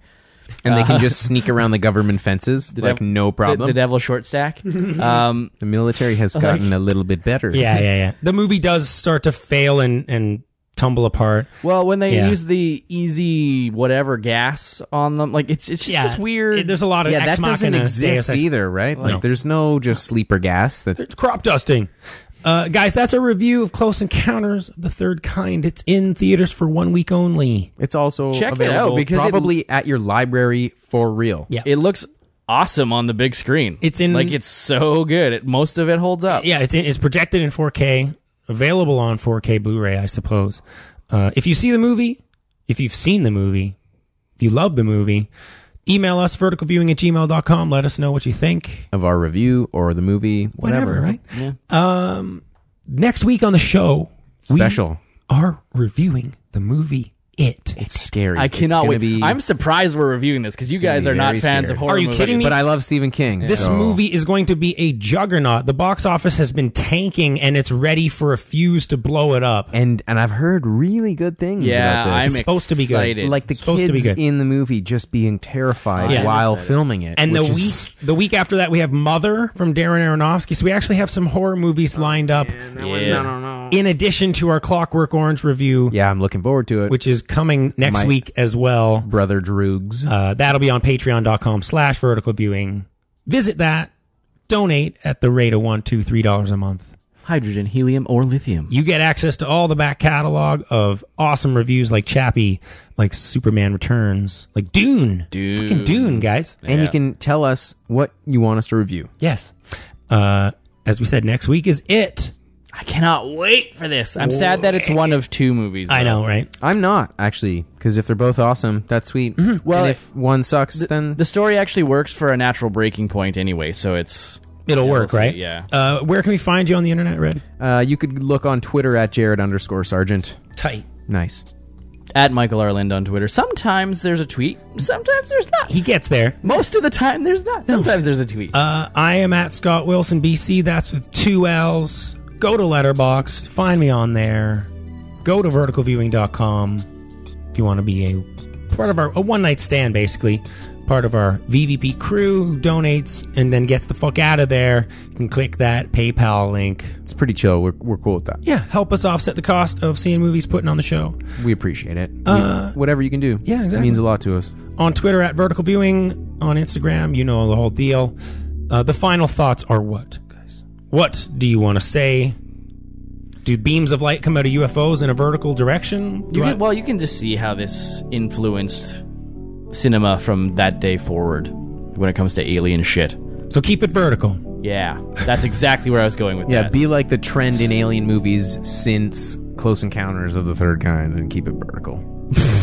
Speaker 9: and they can just sneak around the government fences like
Speaker 10: dev-
Speaker 9: no
Speaker 10: the,
Speaker 9: problem.
Speaker 10: the
Speaker 9: The,
Speaker 10: devil's short stack. Um,
Speaker 9: military has gotten a little bit better.
Speaker 8: Yeah, yeah, yeah. The movie does start to fail and and tumble apart.
Speaker 10: well, when they
Speaker 8: Yeah.
Speaker 10: use the easy whatever gas on them, like it's it's just
Speaker 8: yeah,
Speaker 10: this weird.
Speaker 8: it- there's a lot of
Speaker 9: yeah,
Speaker 8: ex
Speaker 9: that doesn't
Speaker 8: machina,
Speaker 9: exist
Speaker 8: Deus Ex-
Speaker 9: either, right? Like,
Speaker 8: No.
Speaker 9: there's no just sleeper gas that
Speaker 8: Crop dusting. Uh, guys, that's a review of Close Encounters of the Third Kind. It's in theaters for one week only.
Speaker 9: it's also
Speaker 10: Check it
Speaker 9: available
Speaker 10: out, because it-
Speaker 9: probably at your library for real.
Speaker 8: Yeah.
Speaker 10: it looks awesome on the big screen.
Speaker 8: It's in-
Speaker 10: like it's so good. It, most of it holds up.
Speaker 8: yeah, it's it's projected in 4K, available on 4K Blu-ray, I suppose. Uh, if you see the movie, if you've seen the movie, if you love the movie, email us verticalviewing at gmail.com. Let us know what you think.
Speaker 9: Of our review or the movie, whatever,
Speaker 8: Whatever, right? Um, next week on the show,
Speaker 9: Special.
Speaker 8: we are reviewing the movie It.
Speaker 9: It's scary.
Speaker 10: I
Speaker 9: It's
Speaker 10: cannot
Speaker 9: gonna
Speaker 10: wait.
Speaker 9: Be,
Speaker 10: I'm surprised we're reviewing this because you
Speaker 9: gonna
Speaker 10: guys
Speaker 9: be
Speaker 10: are not
Speaker 9: very
Speaker 10: fans
Speaker 9: scared.
Speaker 10: of horror.
Speaker 8: Are you
Speaker 10: movies.
Speaker 8: kidding me?
Speaker 9: but I love Stephen King.
Speaker 8: This
Speaker 9: so-
Speaker 8: movie is going to be a juggernaut. The box office has been tanking and it's ready for a fuse to blow it up.
Speaker 9: and and I've heard really good things
Speaker 10: Yeah,
Speaker 9: about
Speaker 10: I'm
Speaker 9: this.
Speaker 8: Supposed to be good.
Speaker 10: excited.
Speaker 9: like the
Speaker 8: supposed
Speaker 9: kids
Speaker 8: to be good.
Speaker 9: in the movie just being terrified
Speaker 8: Yeah.
Speaker 9: while filming it,
Speaker 8: And the
Speaker 9: which
Speaker 8: week
Speaker 9: is-
Speaker 8: the week after that we have Mother from Darren Aronofsky. So we actually have some horror movies lined up
Speaker 10: Yeah.
Speaker 8: in addition to our Clockwork Orange review,
Speaker 9: Yeah, I'm looking forward to it.
Speaker 8: which is coming next
Speaker 9: My-
Speaker 8: week as well.
Speaker 9: brother Droogs.
Speaker 8: Uh, that'll be on patreon.com slash vertical viewing. Visit that. Donate at the rate of one, two, three dollars a month.
Speaker 10: hydrogen, helium, or lithium.
Speaker 8: You get access to all the back catalog of awesome reviews like Chappie, like Superman Returns, like Dune.
Speaker 10: Dune.
Speaker 8: Fucking Dune, guys.
Speaker 9: And you can tell us what you want us to review.
Speaker 8: Yes. Uh, as we said, next week is it.
Speaker 10: I cannot wait for this. I'm sad that it's one of two movies.
Speaker 8: I
Speaker 10: though.
Speaker 8: know, right?
Speaker 9: I'm not actually because if they're both awesome, that's sweet.
Speaker 10: Well,
Speaker 9: Well, if one sucks, then
Speaker 10: The story actually works for a natural breaking point anyway, so it's
Speaker 8: It'll
Speaker 10: Yeah,
Speaker 8: work,
Speaker 10: we'll see,
Speaker 8: right?
Speaker 10: yeah.
Speaker 8: Uh, where can we find you on the internet, Red?
Speaker 9: uh, you could look on Twitter at Jared underscore Sergeant.
Speaker 8: Tight.
Speaker 9: Nice.
Speaker 10: at Michael R. Lind on Twitter. Sometimes there's a tweet, sometimes there's not.
Speaker 8: He gets there.
Speaker 10: Most of the time, there's not. Sometimes there's a tweet.
Speaker 8: Uh, I am at Scott Wilson BC. That's with two L's. Go to Letterboxd. Find me on there. Go to verticalviewing.com if you want to be a part of our a one night stand, basically. Part of our VVP crew who donates and then gets the fuck out of there. You can click that PayPal link.
Speaker 9: It's pretty chill. We're, we're cool with that.
Speaker 8: Yeah, help us offset the cost of seeing movies putting on the show.
Speaker 9: We appreciate it. We-
Speaker 8: Uh,
Speaker 9: whatever you can do.
Speaker 8: yeah,
Speaker 9: It
Speaker 8: exactly.
Speaker 9: means a lot to us.
Speaker 8: on Twitter at Vertical Viewing, on Instagram, you know the whole deal. Uh, the final thoughts are what, guys? What do you want to say? Do beams of light come out of UFOs in a vertical direction?
Speaker 10: You
Speaker 8: Do I-
Speaker 10: can, well, you can just see how this influenced cinema from that day forward when it comes to alien shit.
Speaker 8: so keep it vertical.
Speaker 10: Yeah, that's exactly where I was going with
Speaker 9: Yeah,
Speaker 10: that.
Speaker 9: be like the trend in alien movies since Close Encounters of the Third Kind and keep it vertical.